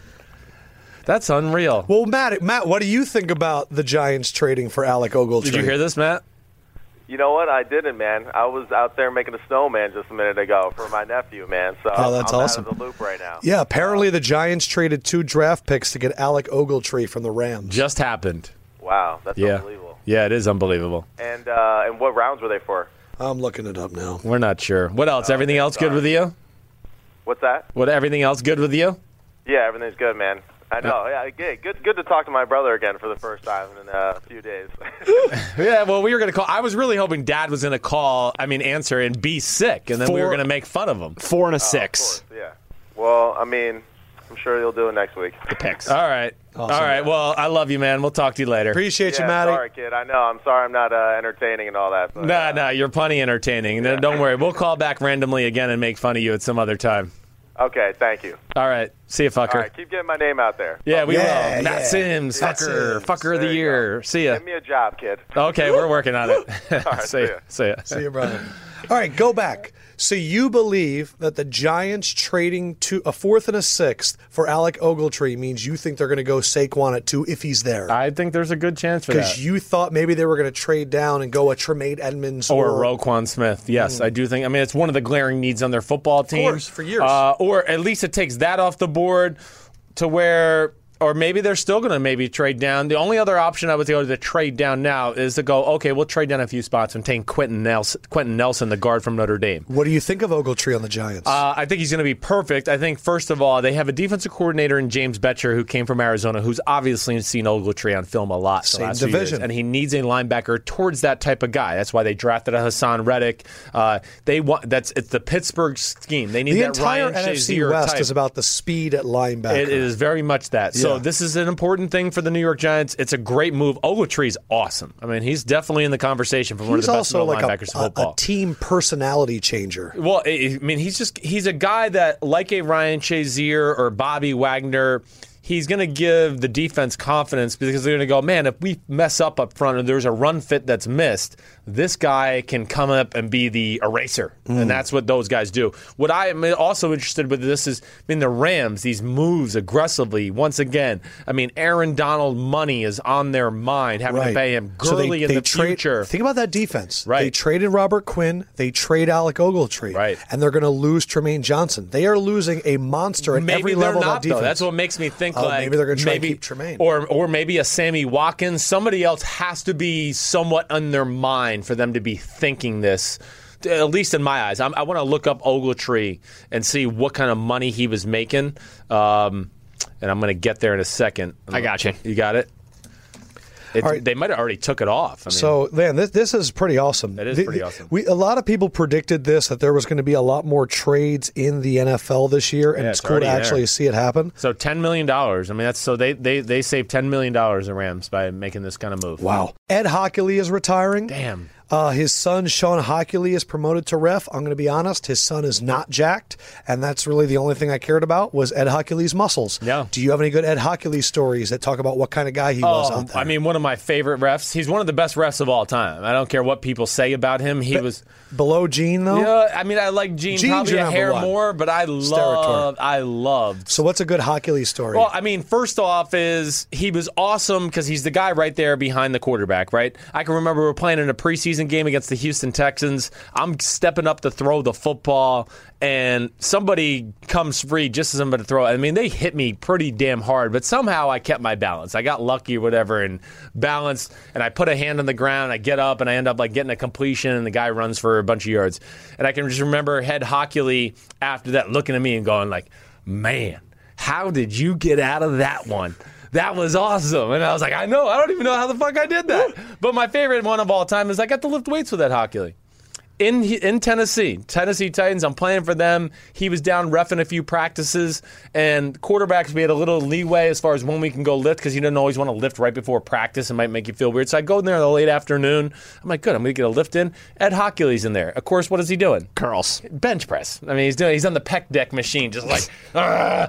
S2: That's unreal.
S1: well, Matt, Matt, what do you think about the Giants trading for Alec Ogletree?
S2: Did you hear this, Matt?
S6: You know what? I didn't, man. I was out there making a snowman just a minute ago for my nephew, man. So
S1: Oh, that's
S6: I'm
S1: awesome.
S6: out of the loop right now.
S1: Yeah, apparently the Giants traded two draft picks to get Alec Ogletree from the Rams.
S2: Just happened.
S6: Wow, that's
S2: Yeah.
S6: unbelievable.
S2: Yeah, it is unbelievable.
S6: And uh, and what rounds were they for?
S1: I'm looking it up now.
S2: We're not sure. What else? everything else good with you?
S6: What's that?
S2: What everything else good with you?
S6: Yeah, everything's good, man. I know. Yeah, good. Good. Good to talk to my brother again for the first time in uh, a few days.
S2: Yeah, well, we were going to call. I was really hoping Dad was going to call, I mean, answer and be sick, and then we were
S3: For-
S2: going to make fun of him.
S3: Four and a six.
S2: Uh,
S6: course, yeah. Well, I mean, I'm sure you'll do it next week.
S3: Picks.
S2: All right. All right. Well, I love you, man. We'll talk to you later.
S1: Appreciate
S6: Yeah,
S1: you, Matty.
S6: sorry, kid. I know. I'm sorry. I'm not uh, entertaining and all that. But,
S2: Nah,
S6: uh,
S2: nah, you're plenty entertaining. No, Don't worry. We'll call back randomly again and make fun of you at some other time.
S6: Okay. Thank you.
S2: All right. See you, fucker.
S6: All right. Keep getting my name out there.
S2: Yeah, we
S1: Yeah,
S2: will. Matt
S1: yeah.
S2: Sims,
S1: Matt
S2: fucker,
S1: Sims.
S2: fucker of the
S6: There you
S2: year.
S6: go.
S2: See ya.
S6: Give me a job, kid.
S2: Okay, we're working on it.
S6: see
S2: see,
S6: ya.
S2: ya. see ya.
S1: See you, brother. All right, go back. So you believe that the Giants trading to a fourth and a sixth for Alec Ogletree means you think they're going to go Saquon at two if he's there.
S2: I think there's a good chance for
S1: Because
S2: that.
S1: you thought maybe they were going to trade down and go a Tremaine Edmonds
S2: or
S1: or,
S2: Roquan Smith. Yes, I do think. I mean, it's one of the glaring needs on their football team.
S1: Hmm. course, for years.
S2: Uh, or at least it takes that off the board to where, or maybe they're still going to maybe trade down. The only other option I would go to trade down now is to go, okay, we'll trade down a few spots and take Quentin Nelson, Quentin Nelson, the guard from Notre Dame.
S1: What do you think of Ogletree on the Giants?
S2: Uh, I think he's going to be perfect. I think first of all, they have a defensive coordinator in James Betcher who came from Arizona, who's obviously seen Ogletree on film a lot. the
S1: Same
S2: last few
S1: division.
S2: years, and he needs a linebacker towards that type of guy. That's why they drafted a Hassan Reddick. Uh, they want that's it's the Pittsburgh scheme. They need
S1: the
S2: that
S1: entire
S2: Ryan
S1: NFC
S2: Shazier
S1: West
S2: type.
S1: is about the speed at linebacker.
S2: It is very much that. So
S1: Yeah.
S2: this is an important thing for the New York Giants. It's a great move. Ogletree's awesome. I mean, he's definitely in the conversation for one
S1: He's
S2: of the best
S1: also like
S2: middle
S1: a,
S2: linebackers in
S1: a,
S2: football.
S1: a team personality changer.
S2: Well, I I mean, he's just he's a guy that like a Ryan Chazier or Bobby Wagner. He's going to give the defense confidence because they're going to go, man, if we mess up up front or there's a run fit that's missed, this guy can come up and be the eraser.
S1: Mm.
S2: And that's what those guys do. What I am also interested with this is, I mean, the Rams, these moves aggressively, once again, I mean, Aaron Donald money is on their mind, having to pay him
S1: So
S2: Gurley in the
S1: trade-
S2: future.
S1: Think about that defense. They
S2: Right.
S1: traded Robert Quinn. They trade Alec Ogletree.
S2: Right.
S1: And they're going to lose Tremaine Johnson. They are losing a monster at
S2: maybe
S1: every
S2: they're
S1: level
S2: not
S1: of that defense.
S2: though. That's what makes me think
S1: Oh,
S2: like
S1: maybe they're gonna try and
S2: maybe-
S1: keep Tremaine.
S2: or or maybe a Sammy Watkins. Somebody else has to be somewhat on their mind for them to be thinking this. At least in my eyes, I'm, I want to look up Ogletree and see what kind of money he was making. Um, and I'm going to get there in a second.
S3: I got you.
S2: You got it. It's,
S1: All right.
S2: They might have already took it off. I mean,
S1: So, man, this, this is pretty awesome.
S2: That is
S1: The-
S2: pretty awesome.
S1: We, a lot of people predicted this, that there was going to be a lot more trades in the NFL this year, and
S2: Yeah,
S1: it's
S2: it's
S1: cool to
S2: already there.
S1: actually see it happen.
S2: so ten million dollars. I mean, that's so they they they saved ten million dollars in Rams by making this kind of move.
S1: Wow. Ed Hockley is retiring.
S2: Damn.
S1: Uh, his son Sean Hockley is promoted to ref. I'm going to be honest, his son is not jacked, and that's really the only thing I cared about was Ed Hockley's muscles.
S2: Yeah.
S1: Do you have any good Ed Hockley stories that talk about what kind of guy he was
S2: Oh,
S1: out there?
S2: I mean, one of my favorite refs. He's one of the best refs of all time. I don't care what people say about him. He was.
S1: below Gene though.
S2: Yeah, I mean, I like Gene
S1: Gene's
S2: probably
S1: your
S2: a
S1: number
S2: hair
S1: one.
S2: more, but I love. I love
S1: So what's a good Hockley story?
S2: well, I mean, first off, is he was awesome because he's the guy right there behind the quarterback, right? I can remember we were playing in a preseason game against the Houston Texans. I'm stepping up to throw the football, and somebody comes free just as I'm going to throw. it. I mean, they hit me pretty damn hard, but somehow I kept my balance. I got lucky or whatever, and balanced, and I put a hand on the ground. I get up, and I end up like getting a completion, and the guy runs for a bunch of yards. And I can just remember Head Hockley after that looking at me and going like, "Man." how did you get out of that one? That was awesome. And I was like, I know. I don't even know how the fuck I did that. But my favorite one of all time is I got to lift weights with that hockey league. In, in Tennessee, Tennessee Titans, I'm playing for them. He was down refing a few practices, and quarterbacks, we had a little leeway as far as when we can go lift because you didn't always want to lift right before practice. It might make you feel weird. So I go in there in the late afternoon. I'm like, good, I'm going to get a lift in. Ed Hockley's in there. Of course, what is he doing?
S3: Curls.
S2: bench press. I mean, he's doing he's on the pec deck machine, just like "Ah,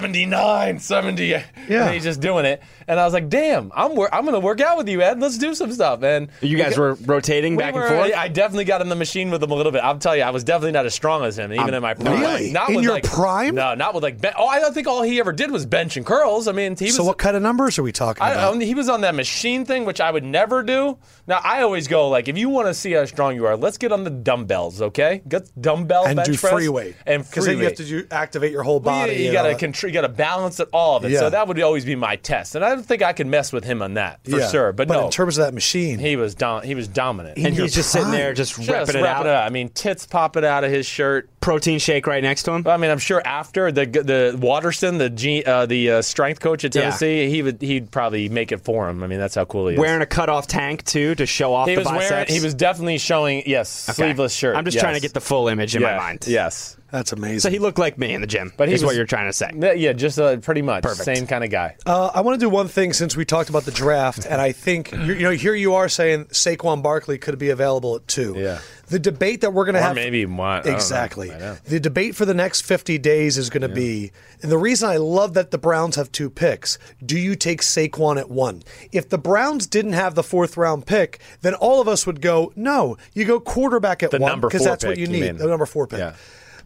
S2: 79, 70. Yeah, and he's just doing it. And I was like, damn, I'm wor- I'm gonna work out with you, Ed. Let's do some stuff. And
S3: You guys were rotating
S2: we
S3: back
S2: were-
S3: and forth.
S2: I definitely got in the machine with him a little bit. I'll tell you, I was definitely not as strong as him, even in my prime.
S1: Um, really?
S2: Not
S1: In
S2: with
S1: your
S2: like,
S1: prime?
S2: No, not with like. Ben- oh, I don't think all he ever did was bench and curls. I mean, he was.
S1: so what kind of numbers are we talking
S2: I,
S1: about?
S2: um, he was on that machine thing, which I would never do. Now I always go like, if you want to see how strong you are, let's get on the dumbbells, okay? Get dumbbell
S1: and
S2: bench
S1: do
S2: press
S1: free weight.
S2: and free
S1: because then you have
S2: weight.
S1: to do, activate your whole
S2: Well, yeah,
S1: body.
S2: you
S1: and
S2: gotta
S1: all that.
S2: contr- you gotta balance it all of it.
S1: Yeah.
S2: So that would always be my test, and I don't think I could mess with him on that for
S1: Yeah.
S2: sure. But, no,
S1: in terms of that machine,
S2: he was dom- he was dominant.
S3: and
S2: And
S3: he's just sitting there, just,
S2: Just
S3: repping it
S2: wrapping
S3: out.
S2: it up. I mean, tits popping out of his shirt.
S3: Protein shake right next to him.
S2: I mean, I'm sure after the the Waterston, the G, uh, the uh, strength coach at
S3: Yeah.
S2: Tennessee, he would he'd probably make it for him. I mean, that's how cool he is.
S3: Wearing a cutoff tank too to show off
S2: he
S3: the
S2: was
S3: biceps.
S2: wearing he was definitely showing yes
S3: Okay.
S2: sleeveless shirt.
S3: I'm just
S2: yes.
S3: trying to get the full image in
S2: Yeah,
S3: my mind.
S2: Yes.
S1: That's amazing.
S3: So he looked like me in the gym.
S2: But he
S3: is what
S2: was-
S3: you're trying to say.
S2: Yeah, Yeah, just uh, pretty much
S3: Perfect.
S2: same kind of guy.
S1: Uh, I want to do one thing since we talked about the draft, and I think you you know here you are saying Saquon Barkley could be available at two.
S2: Yeah.
S1: The debate that we're going to
S2: Or
S1: have
S2: maybe even one. I don't know.
S1: exactly
S2: I know.
S1: the debate for the next fifty days is going to be, and the reason I love that the Browns have two picks. Do you take Saquon at one? If the Browns didn't have the fourth round pick, then all of us would go no. You go quarterback at
S2: The
S1: one
S2: number
S1: because
S2: four
S1: that's what
S2: pick,
S1: you
S2: you
S1: need.
S2: mean.
S1: the number four pick.
S2: Yeah.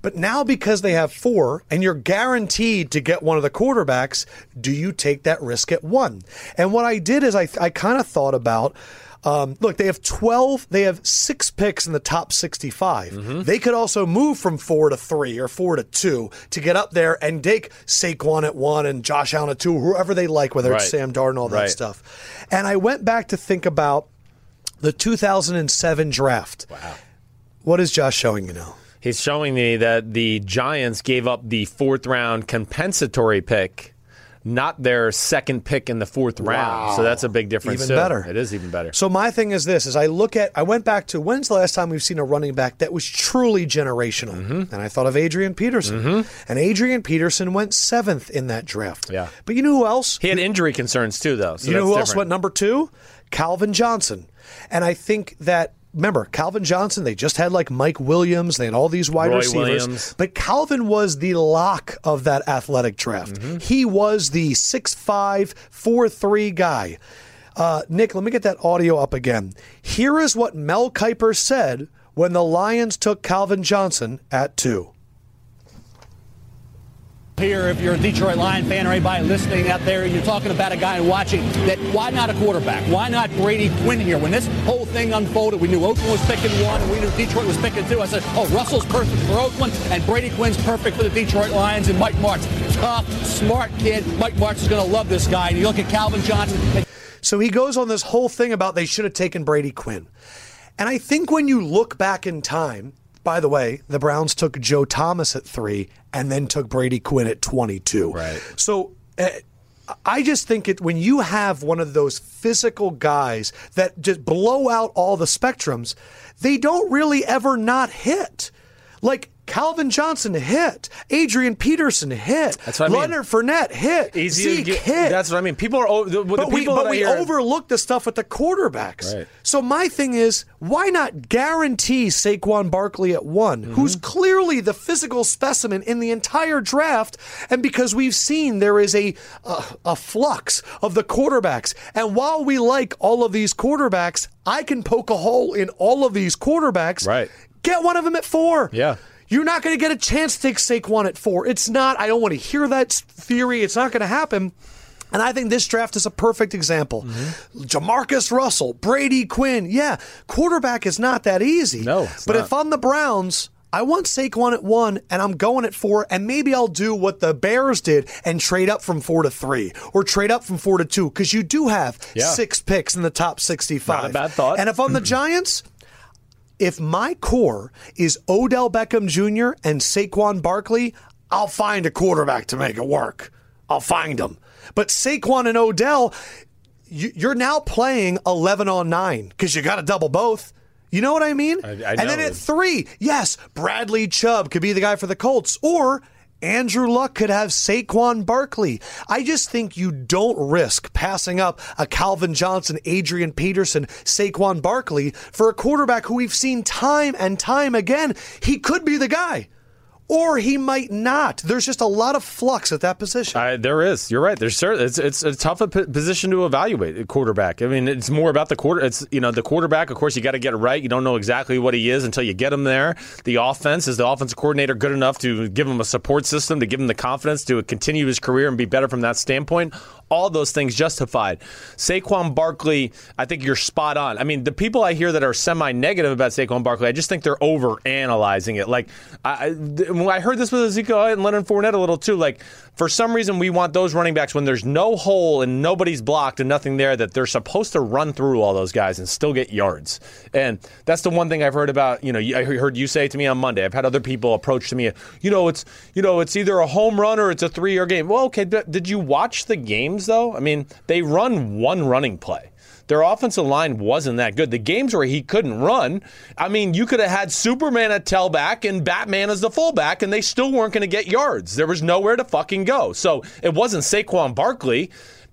S1: But now because they have four and you're guaranteed to get one of the quarterbacks, do you take that risk at one? And what I did is I, I kind of thought about. Um, look, they have 12, they have six picks in the top 65.
S2: Mm-hmm.
S1: They could also move from four to three or four to two to get up there and take Saquon at one and Josh Allen at two, whoever they like, whether it's
S2: Right.
S1: Sam Darnold, all that
S2: Right.
S1: stuff. And I went back to think about the 2007 draft. Wow. What is Josh showing you now?
S2: He's showing me that the Giants gave up the fourth round compensatory pick, not their second pick in the fourth round. So that's a big difference.
S1: Even
S2: too.
S1: better.
S2: It is even better.
S1: So my thing is this: is I look at, I went back to when's the last time we've seen a running back that was truly generational,
S2: Mm-hmm.
S1: and I thought of Adrian Peterson, and Adrian Peterson went seventh in that draft.
S2: Yeah.
S1: but you know who else?
S2: he had injury concerns too, though. So
S1: you know
S2: that's
S1: who else
S2: different.
S1: went number two? Calvin Johnson, and I think that. Remember, Calvin Johnson, they just had like Mike Williams, they had all these wide
S2: Roy
S1: receivers.
S2: Williams.
S1: But Calvin was the lock of that athletic draft.
S2: Mm-hmm.
S1: He was the 6'5, 4'3 guy. Uh, Nick, let me get that audio up again. Here is what Mel Kiper said when the Lions took Calvin Johnson at two.
S7: Here, if you're a Detroit Lion fan or anybody listening out there, you're talking about a guy and watching that. Why not a quarterback? Why not Brady Quinn here? When this whole thing unfolded, we knew Oakland was picking one, and we knew Detroit was picking two. I said, "Oh, Russell's perfect for Oakland, and Brady Quinn's perfect for the Detroit Lions." And Mike Martz, tough, smart kid. Mike Martz is going to love this guy. And you look at Calvin Johnson. And
S1: So he goes on this whole thing about they should have taken Brady Quinn. And I think when you look back in time, by the way, the Browns took Joe Thomas at three and then took Brady Quinn at 22.
S2: Right.
S1: So uh, I just think it when you have one of those physical guys that just blow out all the spectrums, they don't really ever not hit. Like Calvin Johnson hit, Adrian Peterson hit,
S2: That's what I mean.
S1: Leonard Fournette hit,
S2: Easy to
S1: Zeke
S2: get-
S1: hit
S2: That's what I mean. People are. o- The, the
S1: but we,
S2: people
S1: but
S2: that I
S1: we
S2: hear-
S1: overlook the stuff with the quarterbacks.
S2: Right.
S1: So my thing is, why not guarantee Saquon Barkley at one,
S2: Mm-hmm.
S1: who's clearly the physical specimen in the entire draft, and because we've seen there is a, a a flux of the quarterbacks, and while we like all of these quarterbacks, I can poke a hole in all of these quarterbacks.
S2: Right.
S1: Get one of them at four.
S2: Yeah.
S1: You're not going to get a chance to take Saquon at four. It's not. I don't want to hear that s- theory. It's not going to happen. And I think this draft is a perfect example.
S2: Mm-hmm.
S1: Jamarcus Russell, Brady Quinn. Yeah, quarterback is not that easy.
S2: No, it's
S1: but
S2: not.
S1: if I'm the Browns, I want Saquon at one, and I'm going at four, and maybe I'll do what the Bears did and trade up from four to three or trade up from four to two because you do have
S2: Yeah.
S1: six picks in the top 65.
S2: Not a bad thought. Mm-hmm.
S1: And if I'm the Giants, if my core is Odell Beckham Jr. and Saquon Barkley, I'll find a quarterback to make it work. I'll find them. But Saquon and Odell, you- you're now playing 11 on 9 because you got to double both. You know what I mean?
S2: I
S1: and then
S2: know.
S1: at three, yes, Bradley Chubb could be the guy for the Colts, or Andrew Luck could have Saquon Barkley. I just think you don't risk passing up a Calvin Johnson, Adrian Peterson, Saquon Barkley for a quarterback who we've seen time and time again. He could be the guy, or he might not. There's just a lot of flux at that position.
S2: I, there is. You're right. There's certain. It's it's a tough a p- position to evaluate a quarterback. I mean, it's more about the quarter. It's you know the quarterback. Of course, you got to get it right. You don't know exactly what he is until you get him there. The offense is the offensive coordinator good enough to give him a support system to give him the confidence to continue his career and be better from that standpoint. all those things justified. Saquon Barkley, I think you're spot on. I mean, the people I hear that are semi-negative about Saquon Barkley, I just think they're over-analyzing it. Like, I, I- th- when I heard this with Ezekiel Elliott and Leonard Fournette a little too. Like, for some reason, we want those running backs when there's no hole and nobody's blocked and nothing there that they're supposed to run through all those guys and still get yards. And that's the one thing I've heard about. You know, I heard you say to me on Monday. I've had other people approach to me. You know, it's you know, it's either a home run or it's a three-year game. Well, okay, but did you watch the games though? I mean, they run one running play. Their offensive line wasn't that good. The games where he couldn't run, I mean, you could have had Superman at tailback and Batman as the fullback, and they still weren't going to get yards. There was nowhere to fucking go. So it wasn't Saquon Barkley.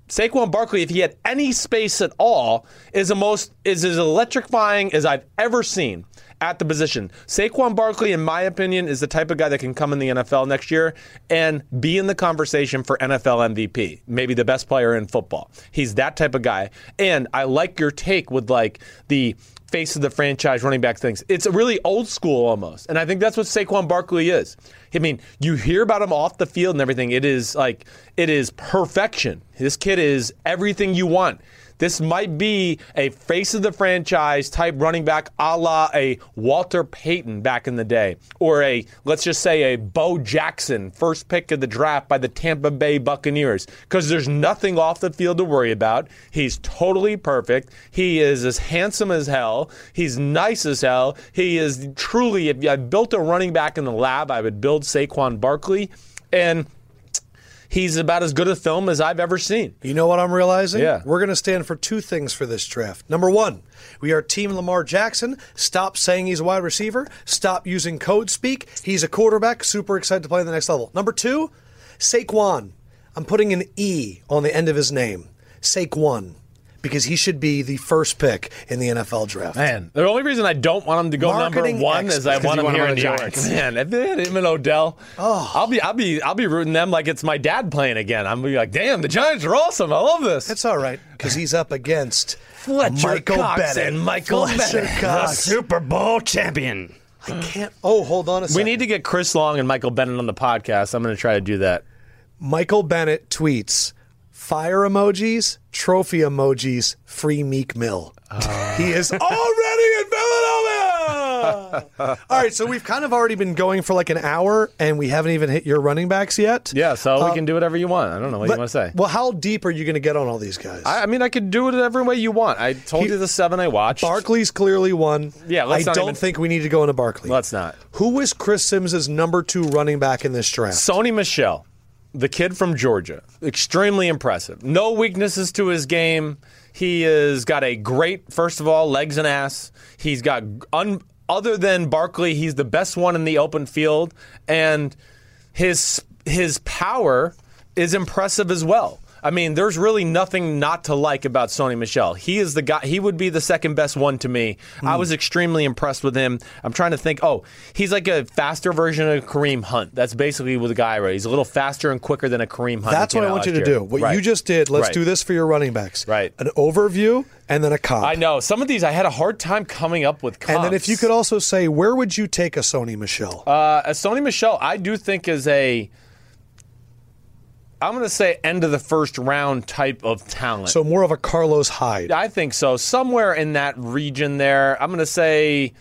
S2: Saquon Barkley, if he had any space at all, is the most is as electrifying as I've ever seen at the position. Saquon Barkley, in my opinion, is the type of guy that can come in the NFL next year and be in the conversation for NFL MVP, maybe the best player in football. He's that type of guy. And I like your take with like the face of the franchise running back things. It's really old school almost. And I think that's what Saquon Barkley is. I mean, you hear about him off the field and everything. It is like it is perfection. This kid is everything you want. This might be a face of the franchise type running back, a la a Walter Payton back in the day, or a let's just say a Bo Jackson, first pick of the draft by the Tampa Bay Buccaneers, because there's nothing off the field to worry about. He's totally perfect. He is as handsome as hell. He's nice as hell. He is truly. If I built a running back in the lab, I would build Saquon Barkley, and. He's about as good a film as I've ever seen.
S1: You know what I'm realizing?
S2: Yeah.
S1: We're going to stand for two things for this draft. Number one, we are Team Lamar Jackson. Stop saying he's a wide receiver. Stop using code speak. He's a quarterback. Super excited to play the next level. Number two, Saquon. I'm putting an E on the end of his name. Saquon. Because he should be the first pick in the NFL draft.
S2: Man, the only reason I don't want him to go
S1: Marketing
S2: number one
S1: expert.
S2: is I
S3: 'Cause you
S2: want him
S3: want him
S2: here
S3: on
S2: in
S3: the
S2: New York.
S3: Giants.
S2: Man, if they had him and Odell, I'll be, I'll be, I'll be rooting them like it's my dad playing again. I'm gonna be like, damn, the Giants are awesome. I love this.
S1: That's all right, because he's up against
S2: Fletcher
S1: Michael
S2: Cox
S1: Bennett.
S2: and Michael
S1: Fletcher
S2: Bennett.
S3: The
S1: Cox.
S3: Super Bowl champion.
S1: I can't. Oh, hold on a
S2: we
S1: second.
S2: need to get Chris Long and Michael Bennett on the podcast. I'm gonna try to do that.
S1: Michael Bennett tweets fire emojis, trophy emojis, free Meek Mill.
S2: Ah.
S1: He is already in Villanova. All right, so we've kind of already been going for like an hour, and we haven't even hit your running backs yet.
S2: Yeah, so we can do whatever you want. I don't know what
S1: Uh, But-
S2: you want to say.
S1: Well, how deep are you going to get on all these guys?
S2: I, I mean, I could do it every way you want. I told
S1: He-
S2: you the seven I watched.
S1: Barkley's clearly one.
S2: Yeah, let's
S1: I
S2: not
S1: don't
S2: even-
S1: think we need to go into Barkley.
S2: Let's not.
S1: Who was Chris Sims's number two running back in this draft?
S2: Sony Michelle, the kid from Georgia, extremely impressive. No weaknesses to his game. He has got a great, first of all, legs and ass. He's got, un, other than Barkley, he's the best one in the open field, and his his power is impressive as well. I mean, there's really nothing not to like about Sony Michelle. He is the guy. He would be the second best one to me. I
S1: Hmm.
S2: was extremely impressed with him. I'm trying to think. Oh, he's like a faster version of Kareem Hunt. That's basically what the guy right. He's a little faster and quicker than a Kareem Hunt.
S1: That's
S2: who
S1: what
S2: came
S1: I
S2: out
S1: want you to
S2: last year.
S1: do. What
S2: Right.
S1: you just did, let's
S2: Right.
S1: do this for your running backs.
S2: Right.
S1: An overview and then a cop.
S2: I know some of these. I had a hard time coming up with. Comps.
S1: And then if you could also say, where would you take a Sony Michelle?
S2: Uh, Sony Michelle, I do think is a. I'm going to say end of the first round type of talent.
S1: so more of a Carlos Hyde.
S2: I think so. Somewhere in that region there. I'm going to say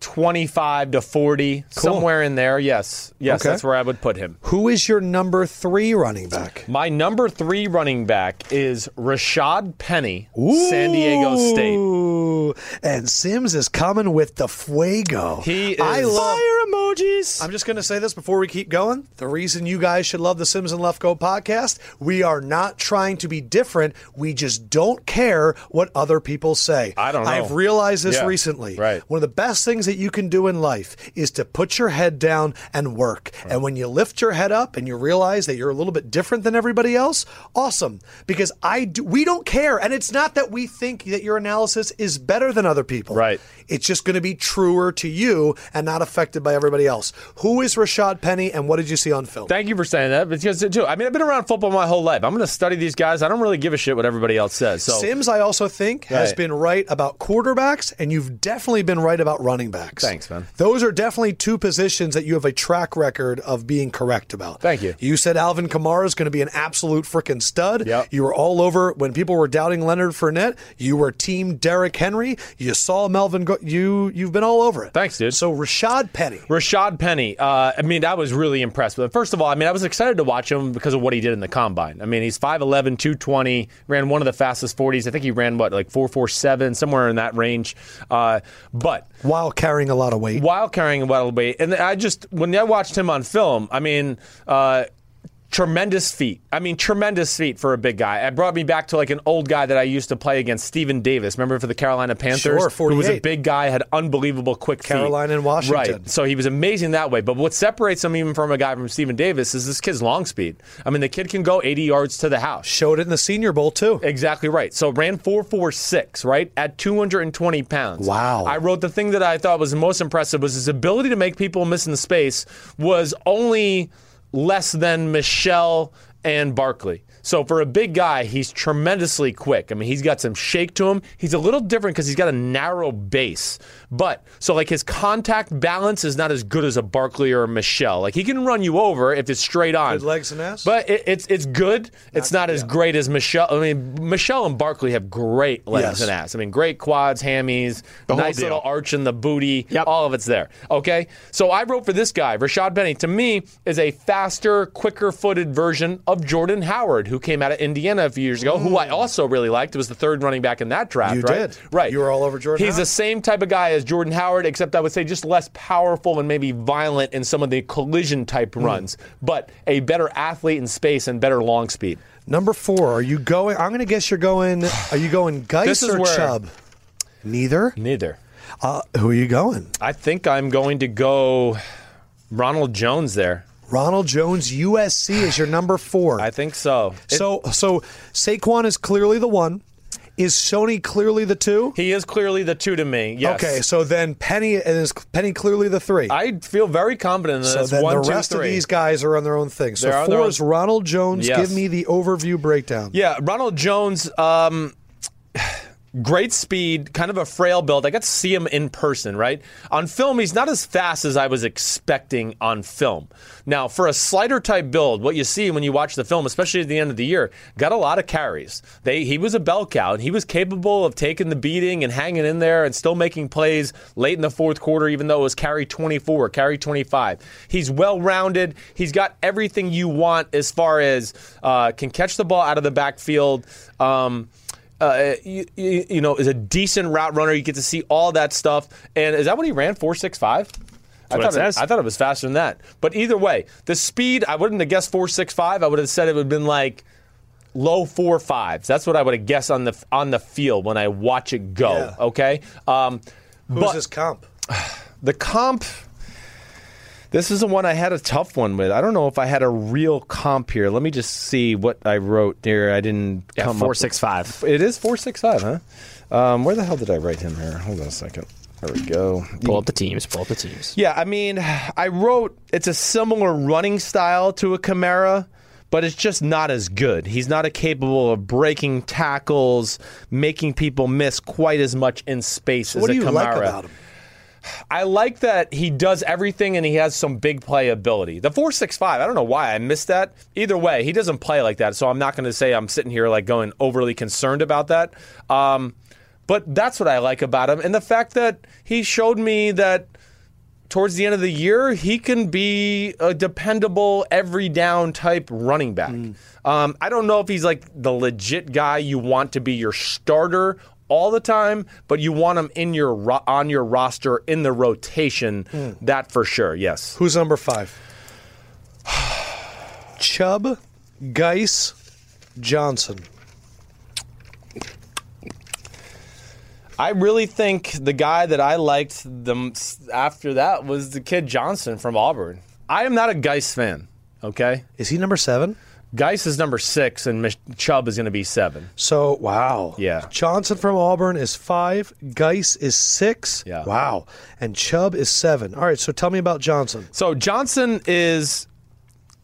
S2: 25 to 40. Somewhere in there. Yes. Yes,
S1: Okay.
S2: that's where I would put him.
S1: Who is your number three running back?
S2: My number three running back is Rashad Penny, San Diego State.
S1: Ooh, And Sims is coming with the fuego.
S2: He
S1: I
S2: is-
S1: love.
S3: Fire emojis.
S1: I'm just going to say this before we keep going. The reason you guys should love the Sims and Left Go podcast, we are not trying to be different. We just don't care what other people say.
S2: I don't know.
S1: I've realized this
S2: Yeah.
S1: recently.
S2: Right.
S1: One of the best things that you can do in life is to put your head down and work. And when you lift your head up and you realize that you're a little bit different than everybody else, awesome. Because I do, we don't care. And it's not that we think that your analysis is better than other people.
S2: Right.
S1: It's just going to be truer to you and not affected by everybody everybody else. Who is Rashad Penny, and what did you see on film?
S2: Thank you for saying that because too. I mean, I've been around football my whole life. I'm going to study these guys. I don't really give a shit what everybody else says. So
S1: Sims, I also think, has
S2: Right.
S1: been right about quarterbacks, and you've definitely been right about running backs.
S2: Thanks, man.
S1: Those are definitely two positions that you have a track record of being correct about.
S2: Thank you.
S1: You said Alvin Kamara is going to be an absolute freaking stud.
S2: Yep.
S1: You were all over when people were doubting Leonard Fournette. You were Team Derrick Henry. You saw Melvin. Go- you you've been all over it.
S2: Thanks, dude.
S1: So Rashad Penny.
S2: Rashad Penny, uh, I mean, I was really impressed with him. First of all, I mean, I was excited to watch him because of what he did in the combine. I mean, he's 5'11, 220, ran one of the fastest 40s. I think he ran, what, like 4'47, somewhere in that range. Uh, but
S1: While carrying a lot of weight.
S2: while carrying a lot of weight. And I just, when I watched him on film, I mean, uh, tremendous feat. I mean, tremendous feat for a big guy. It brought me back to like an old guy that I used to play against, Stephen Davis. Remember for the Carolina Panthers?
S1: Sure,
S2: who was a
S1: 48.
S2: big guy, had unbelievable quick feet.
S1: Carolina and Washington.
S2: Right. So he was amazing that way. But what separates him even from a guy from Stephen Davis is this kid's long speed. I mean, the kid can go 80 yards to the house.
S1: Showed it in the Senior Bowl too.
S2: Exactly right. So ran 446, right? At 220 pounds.
S1: Wow.
S2: I wrote the thing that I thought was most impressive was his ability to make people miss in the space was only less than Michelle and Barkley. So for a big guy, he's tremendously quick. I mean, he's got some shake to him. He's a little different because he's got a narrow base. But so like his contact balance is not as good as a Barkley or a Michelle. Like he can run you over if it's straight on.
S1: Good legs and ass.
S2: But it, it's it's good. It's not as great as Michelle. I mean, Michelle and Barkley have great
S1: Yes.
S2: legs and ass. I mean, great quads, hammies,
S3: whole
S2: nice
S3: deal.
S2: little arch in the booty.
S3: Yep.
S2: All of it's there. Okay. So I wrote for this guy, Rashad Benny. To me, is a faster, quicker-footed version of Jordan Howard, who came out of Indiana a few years ago, who I also really liked. It was the third running back in that draft.
S1: You
S2: right?
S1: did.
S2: Right.
S1: You were all over Jordan
S2: He's
S1: Howard.
S2: a same type of guy as Jordan Howard, except I would say just less powerful and maybe violent in some of the collision type runs, but a better athlete in space and better long speed.
S1: Number four, are you going? I'm going to guess you're going. Are you going
S2: This
S1: Geis
S2: is
S1: or
S2: where-
S1: Chubb? Neither.
S2: Neither.
S1: Uh, who are you going?
S2: I think I'm going to go Ronald Jones there.
S1: Ronald Jones, USC is your number four.
S2: I think so. It-
S1: so so Saquon is clearly the one. Is Sony clearly the two?
S2: he is clearly the two to me. Yes.
S1: Okay, so then Penny and is Penny clearly the three.
S2: I feel very confident in
S1: so
S2: this.
S1: then
S2: one,
S1: the
S2: two,
S1: rest
S2: three.
S1: of these guys are on their own thing. So
S2: They're on their
S1: four
S2: own-
S1: is Ronald Jones.
S2: Yes.
S1: Give me the overview breakdown.
S2: Yeah, Ronald Jones, um, great speed, kind of a frail build. I got to see him in person, right? On film, he's not as fast as I was expecting on film. Now, for a slider type build, what you see when you watch the film, especially at the end of the year, got a lot of carries. They he was a bell cow and he was capable of taking the beating and hanging in there and still making plays late in the fourth quarter, even though it was carry 24, carry 25. He's well rounded. He's got everything you want as far as uh, can catch the ball out of the backfield. Um, uh, you, you, you know, is a decent route runner. You get to see all that stuff. And is that what he ran? Four six five. I
S3: what it
S2: thought it,
S3: says.
S2: I thought it was faster than that. But either way, the speed I wouldn't have guessed four six five. I would have said it would have been like low four fives. That's what I would have guessed on the on the field when I watch it go.
S1: Yeah.
S2: Okay. Um,
S1: Who's
S2: but
S1: his comp?
S2: the comp. This is the one I had a tough one with. I don't know if I had a real comp here. Let me just see what I wrote there. I didn't
S3: Yeah,
S2: come up
S3: four
S2: with-
S3: six five.
S2: it is four six five, huh? Um, where the hell did I write him here? Hold on a second. There we go.
S3: Pull up the teams. Pull up the teams.
S2: Yeah, I mean, I wrote it's a similar running style to a Camara, but it's just not as good. He's not a capable of breaking tackles, making people miss quite as much in space as
S1: What do
S2: a
S1: you
S2: Kamara.
S1: like about him?
S2: I like that he does everything and he has some big play ability. The four six five, I don't know why I missed that. Either way, he doesn't play like that, so I'm not going to say I'm sitting here like going overly concerned about that. Um, but that's what I like about him, and the fact that he showed me that towards the end of the year, he can be a dependable every down type running back. Um, I don't know if he's like the legit guy you want to be your starter all the time, but you want him in your ro- on your roster in the rotation. That for sure. Yes.
S1: Who's number five? Chubb, Geis, Johnson.
S2: I really think the guy that I liked the m- s- after that was the kid Johnson from Auburn. I am not a Geist fan. Okay.
S1: Is he number seven?
S2: Geis is number six, and Mich- Chubb is going to be seven.
S1: So wow.
S2: Yeah.
S1: Johnson from Auburn is five. Geis is six.
S2: Yeah.
S1: Wow. And Chubb is seven. All right. So tell me about Johnson.
S2: So Johnson is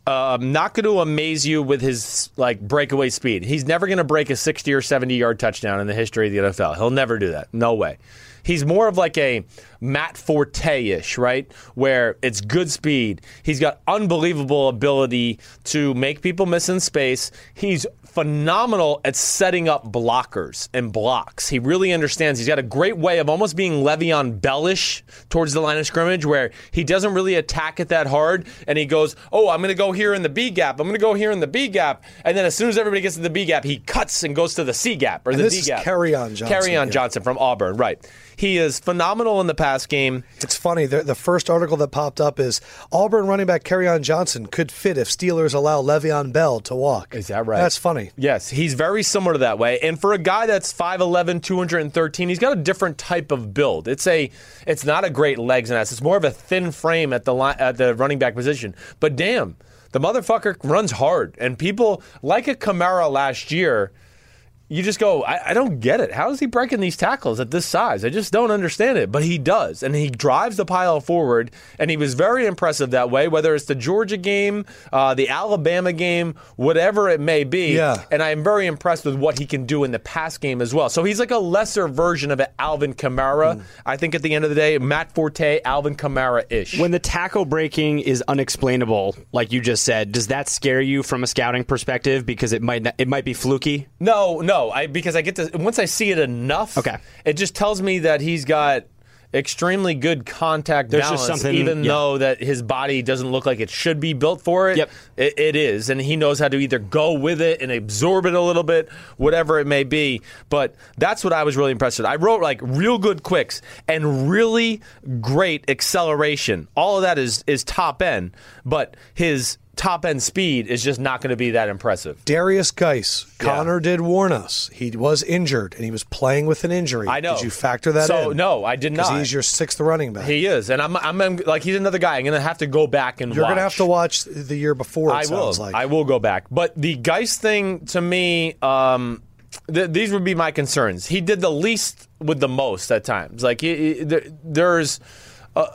S2: um, not going to amaze you with his like breakaway speed. He's never going to break a 60 or 70 yard touchdown in the history of the NFL. He'll never do that. No way. He's more of like a Matt Forte ish, right? Where it's good speed. He's got unbelievable ability to make people miss in space. He's phenomenal at setting up blockers and blocks. He really understands. He's got a great way of almost being Le'Veon Bellish towards the line of scrimmage, where he doesn't really attack it that hard, and he goes, "Oh, I'm going to go here in the B gap. I'm going to go here in the B gap," and then as soon as everybody gets to the B gap, he cuts and goes to the C gap or
S1: And
S2: the
S1: this
S2: D
S1: is
S2: gap.
S1: Kerryon Johnson,
S2: Kerryon
S1: yeah.
S2: Johnson from Auburn, right? He is phenomenal in the pass game.
S1: It's funny. The, the first article that popped up is Auburn running back Carryon Johnson could fit if Steelers allow Le'Veon Bell to walk.
S2: Is that right?
S1: That's funny.
S2: Yes, he's very similar to that way. And for a guy that's 5'11", 213, he's got a different type of build. It's a it's not a great legs and ass. It's more of a thin frame at the line, at the running back position. But damn, the motherfucker runs hard. And people like a Camara last year, you just go, I, I don't get it. How is he breaking these tackles at this size? I just don't understand it. But he does, and he drives the pile forward, and he was very impressive that way. Whether it's the Georgia game, uh, the Alabama game, whatever it may be,
S1: Yeah.
S2: and I am very impressed with what he can do in the pass game as well. So he's like a lesser version of an Alvin Kamara. I think at the end of the day, Matt Forte, Alvin Kamara ish.
S3: When the tackle breaking is unexplainable, like you just said, does that scare you from a scouting perspective because it might not, it might be fluky?
S2: No, no, I because I get to once I see it enough.
S3: Okay.
S2: it just tells me that he's got extremely good contact
S3: There's
S2: balance,
S3: just something-
S2: even
S3: yeah.
S2: though that his body doesn't look like it should be built for it.
S3: Yep.
S2: it. It is, and he knows how to either go with it and absorb it a little bit, whatever it may be. But that's what I was really impressed with. I wrote like real good quicks and really great acceleration. All of that is is top end, but his top end speed is just not going to be that impressive.
S1: Darius Geis. Connor did warn us. He was injured and he was playing with an injury.
S2: I know.
S1: Did you factor that
S2: So,
S1: in?
S2: no, I did
S1: 'Cause
S2: not.
S1: He's your sixth running back.
S2: He is, and I'm, I'm, I'm- like he's another guy. I'm gonna have to go back and
S1: You're
S2: watch.
S1: gonna have to watch the year before. It
S2: I will.
S1: sounds like.
S2: I will go back. But the Geist thing to me, um, th- these would be my concerns. He did the least with the most at times. Like he, he- there, there's. Uh,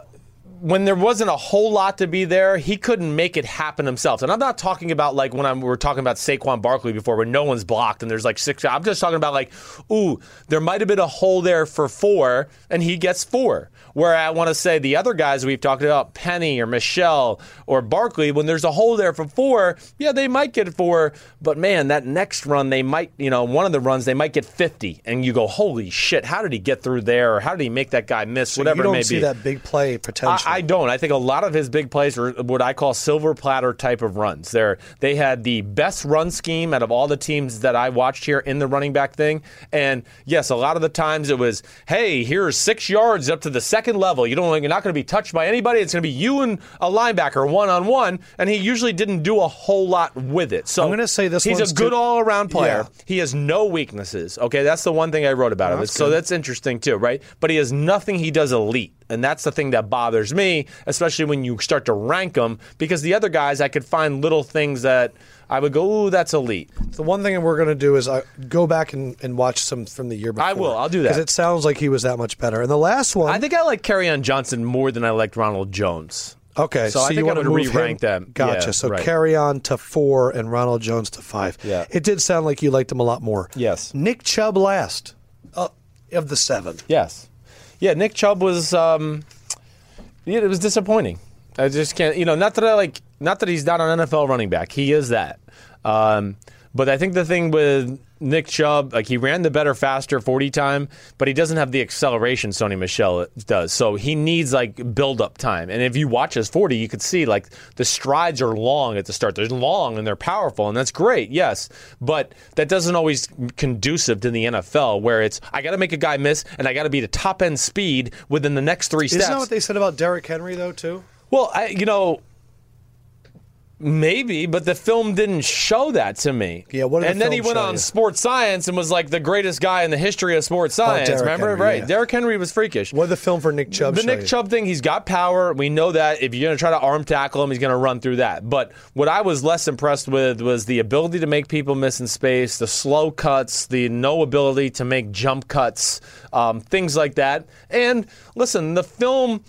S2: when there wasn't a whole lot to be there, he couldn't make it happen himself. And I'm not talking about like when I'm, we are talking about Saquon Barkley before, where no one's blocked and there's like six. I'm just talking about like, ooh, there might have been a hole there for four, and he gets four. Where I want to say the other guys we've talked about, Penny or Michelle or Barkley, when there's a hole there for four, yeah, they might get four. But man, that next run, they might, you know, one of the runs, they might get 50. And you go, holy shit, how did he get through there? Or how did he make that guy miss?
S1: So
S2: Whatever
S1: you don't
S2: it may
S1: see
S2: be.
S1: that big play
S2: I,
S1: potential.
S2: I don't. I think a lot of his big plays are what I call silver platter type of runs. They're, they had the best run scheme out of all the teams that I watched here in the running back thing. And yes, a lot of the times it was, hey, here's six yards up to the second level. You don't, you're not going to be touched by anybody. It's going to be you and a linebacker one on one. And he usually didn't do a whole lot with it. So
S1: I'm gonna say this
S2: He's
S1: one's
S2: a good
S1: good-
S2: all around player.
S1: Yeah.
S2: He has no weaknesses. Okay, that's the one thing I wrote about him. so that's interesting too, right? But he has nothing he does elite, and that's the thing that bothers me, especially when you start to rank him. Because the other guys, I could find little things that I would go, "Ooh, that's elite."
S1: The one thing we're going to do is uh, go back and, and watch some from the year before.
S2: I will. I'll do that.
S1: Because it sounds like he was that much better. And the last one.
S2: I think I like Carryon Johnson more than I liked Ronald Jones.
S1: Okay,
S2: So
S1: so,
S2: I
S1: you
S2: think I
S1: want to
S2: would
S1: move
S2: re-rank
S1: him-
S2: them.
S1: Gotcha.
S2: Yeah,
S1: so
S2: right.
S1: carry on to four and Ronald Jones to five.
S2: Yeah.
S1: It did sound like you liked him a lot more.
S2: Yes.
S1: Nick Chubb last uh, of the seven.
S2: Yes. Yeah, Nick Chubb was um yeah, it was disappointing. I just can't you know, not that I like not that he's not an NFL running back. He is that. Um but I think the thing with Nick Chubb, like he ran the better faster 40 time, but he doesn't have the acceleration Sony Michelle does. So he needs like build up time. And if you watch his 40, you could see like the strides are long at the start. They're long and they're powerful, and that's great, yes. But that doesn't always conducive to the NFL where it's I gotta make a guy miss and I gotta be the top end speed within the next three
S1: Isn't
S2: steps.
S1: that what they said about Derrick Henry though too?
S2: Well, I, you know, Maybe, but the film didn't show that to me.
S1: Yeah, what did the
S2: And then he
S1: film
S2: went
S1: show
S2: on
S1: you?
S2: sports science and was like the greatest guy in the history of sports science.
S1: Oh, Derrick
S2: Remember,
S1: Henry,
S2: right?
S1: yeah.
S2: Derrick Henry was freakish.
S1: What did the film for Nick Chubb
S2: the
S1: show
S2: Nick
S1: you?
S2: Chubb thing, he's got power. We know that. If you're going to try to arm tackle him, he's going to run through that. But what I was less impressed with was the ability to make people miss in space, the slow cuts, the no ability to make jump cuts, um, things like that. And listen, the film,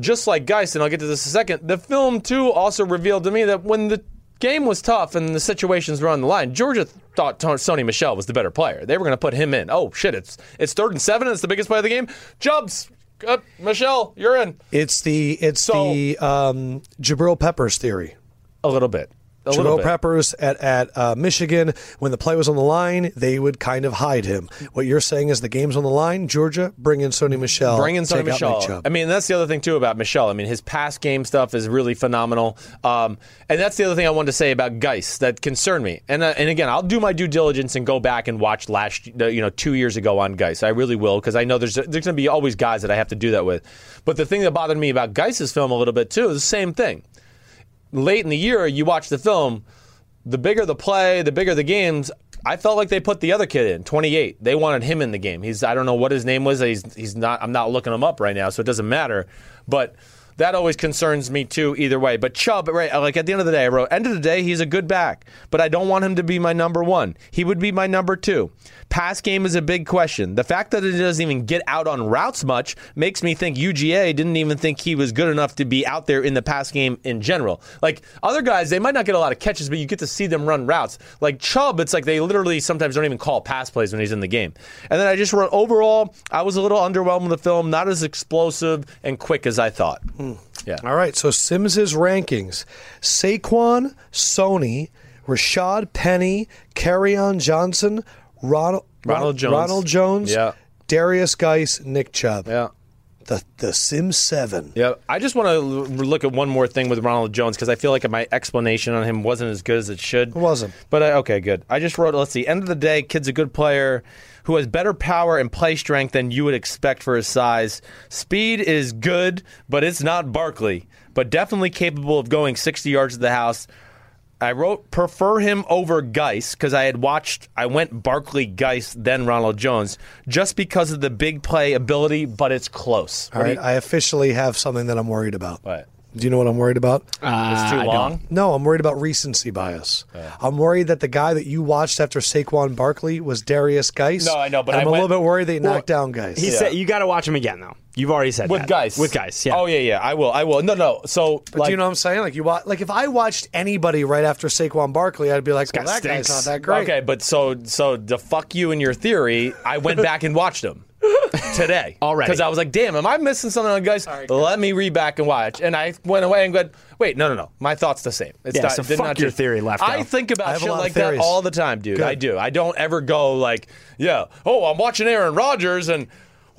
S2: just like Geist, and I'll get to this in a second, the film too also revealed to me that when the game was tough and the situations were on the line. Georgia thought Ton- Sony Michelle was the better player. They were going to put him in. Oh shit! It's it's third and seven. And it's the biggest play of the game. Jubs, uh, Michelle, you're in
S1: It's the it's
S2: So-
S1: the um, Jabril Peppers theory.
S2: a little bit. A
S1: Jabril
S2: little bit.
S1: Peppers at at uh, Michigan, when the play was on the line, they would kind of hide him. What you're saying is the game's on the line. Georgia, bring in Sony Michelle.
S2: Bring in Sonny
S1: Take out Nick
S2: Michelle.
S1: Chubb.
S2: I mean, that's the other thing too about Michelle. I mean, his pass game stuff is really phenomenal. Um, and that's the other thing I wanted to say about Geis that concerned me. And uh, and again, I'll do my due diligence and go back and watch last uh, you know two years ago on Geis. I really will because I know there's there's going to be always guys that I have to do that with. But the thing that bothered me about Geis's film a little bit too is the same thing. Late in the year, you watch the film. the bigger the play, the bigger the games. I felt like they put the other kid in, 28. They wanted him in the game. He's I don't know what his name was. He's he's not I'm not looking him up right now, so it doesn't matter. But that always concerns me too either way. But Chubb, right, like at the end of the day, I wrote, end of the day, he's a good back, but I don't want him to be my number 1. He would be my number 2. Pass game is a big question. The fact that it doesn't even get out on routes much makes me think UGA didn't even think he was good enough to be out there in the pass game in general. Like other guys, they might not get a lot of catches, but you get to see them run routes. Like Chubb, it's like they literally sometimes don't even call pass plays when he's in the game. And then I just wrote overall, I was a little underwhelmed with the film, not as explosive and quick as I thought. Yeah.
S1: All right, so Sims's rankings: Saquon, Sony, Rashad Penny, Carryon Johnson, Ronald
S2: Ronald Jones.
S1: Ronald Jones,
S2: Yeah.
S1: Darius Geis, Nick Chubb.
S2: Yeah.
S1: The the Sim Seven.
S2: Yeah, I just want to look at one more thing with Ronald Jones because I feel like my explanation on him wasn't as good as it should. It
S1: wasn't.
S2: But I, okay, good. I just wrote. Let's see. End of the day, kid's a good player who has better power and play strength than you would expect for his size. Speed is good, but it's not Barkley. But definitely capable of going 60 yards to the house. I wrote prefer him over Geis because I had watched. I went Barkley, Geis, then Ronald Jones just because of the big play ability. But it's close.
S1: All right, I officially have something that I'm worried about.
S2: What?
S1: Do you know what I'm worried about?
S3: Uh,
S2: it's too long.
S1: No, I'm worried about recency bias.
S2: Uh.
S1: I'm worried that the guy that you watched after Saquon Barkley was Darius Geis.
S2: No, I know, but
S1: And I'm a
S2: I
S1: little
S2: went-
S1: bit worried they knocked down Geis.
S3: He said you got to watch him again though. You've already said
S2: with
S3: that.
S2: guys
S3: With guys, yeah.
S2: oh yeah yeah i will i will no no so
S1: But
S2: like,
S1: do you know what I'm saying? Like you watch, like if I watched anybody right after Saquon Barkley, I'd be like, well, that
S3: stinks.
S1: guy's not that great.
S2: okay but so so to fuck you and your theory i went back and watched them today
S3: Already.
S2: because i was like damn am i missing something on guys let me read back and watch and i went away and went wait no no no my thoughts the same it's
S3: Yeah,
S2: not,
S3: so
S2: did
S3: fuck
S2: not
S3: your
S2: change.
S3: theory, Lefko.
S2: i think
S1: I
S2: about
S1: have a
S2: shit
S1: lot of
S2: like that
S1: theories.
S2: all the time dude
S1: Good.
S2: i do i don't ever go like yeah oh i'm watching aaron rodgers and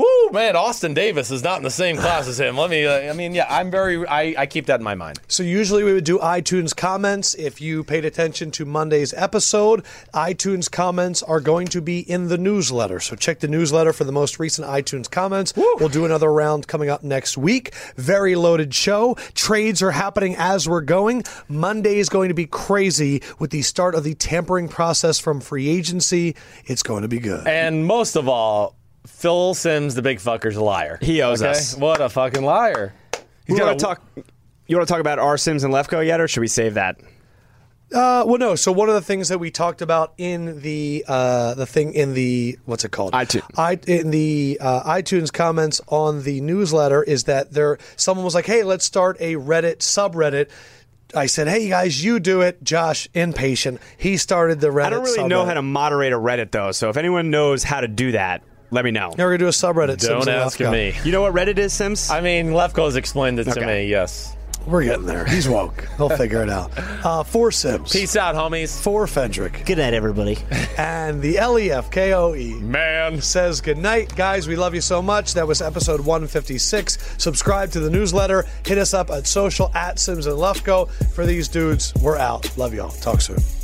S2: Woo, man, Austin Davis is not in the same class as him. Let me, uh, I mean, yeah, I'm very, I, I keep that in my mind.
S1: So usually we would do iTunes comments. If you paid attention to Monday's episode, iTunes comments are going to be in the newsletter. So check the newsletter for the most recent iTunes comments. We'll do another round coming up next week. Very loaded show. Trades are happening as we're going. Monday is going to be crazy with the start of the tampering process from free agency. It's going to be good.
S2: And most of all, Phil Sims, the big fucker's a liar.
S3: He owes us.
S2: What a fucking liar. He's
S3: You
S2: got
S3: want
S2: a-
S3: to talk? You want to talk about R. Sims and Lefko yet, or should we save that?
S1: Uh, well, no. So one of the things that we talked about in the uh, the thing in the what's it called?
S3: iTunes.
S1: I, in the uh, iTunes comments on the newsletter is that there someone was like, "Hey, let's start a Reddit subreddit." I said, "Hey guys, you do it." Josh, impatient, he started the Reddit.
S3: I don't really know
S1: subreddit.
S3: how to moderate a Reddit though, so if anyone knows how to do that, let me know.
S1: Now we're gonna do a subreddit.
S2: Don't
S1: Sims and
S2: ask
S1: Lefko.
S2: me.
S3: You know what Reddit is, Sims?
S2: I mean, Lefko's explained it to
S3: Okay.
S2: me, yes.
S1: We're getting there. He's woke. He'll figure it out. Uh, four Sims.
S2: Peace out, homies.
S1: Four Fendrick.
S8: Good night, everybody.
S1: And the E LEF KOE.
S2: Man.
S1: says good night, guys. We love you so much. That was episode 156. Subscribe to the newsletter. Hit us up at social at Sims and Lufko. For these dudes, we're out. Love y'all. Talk soon.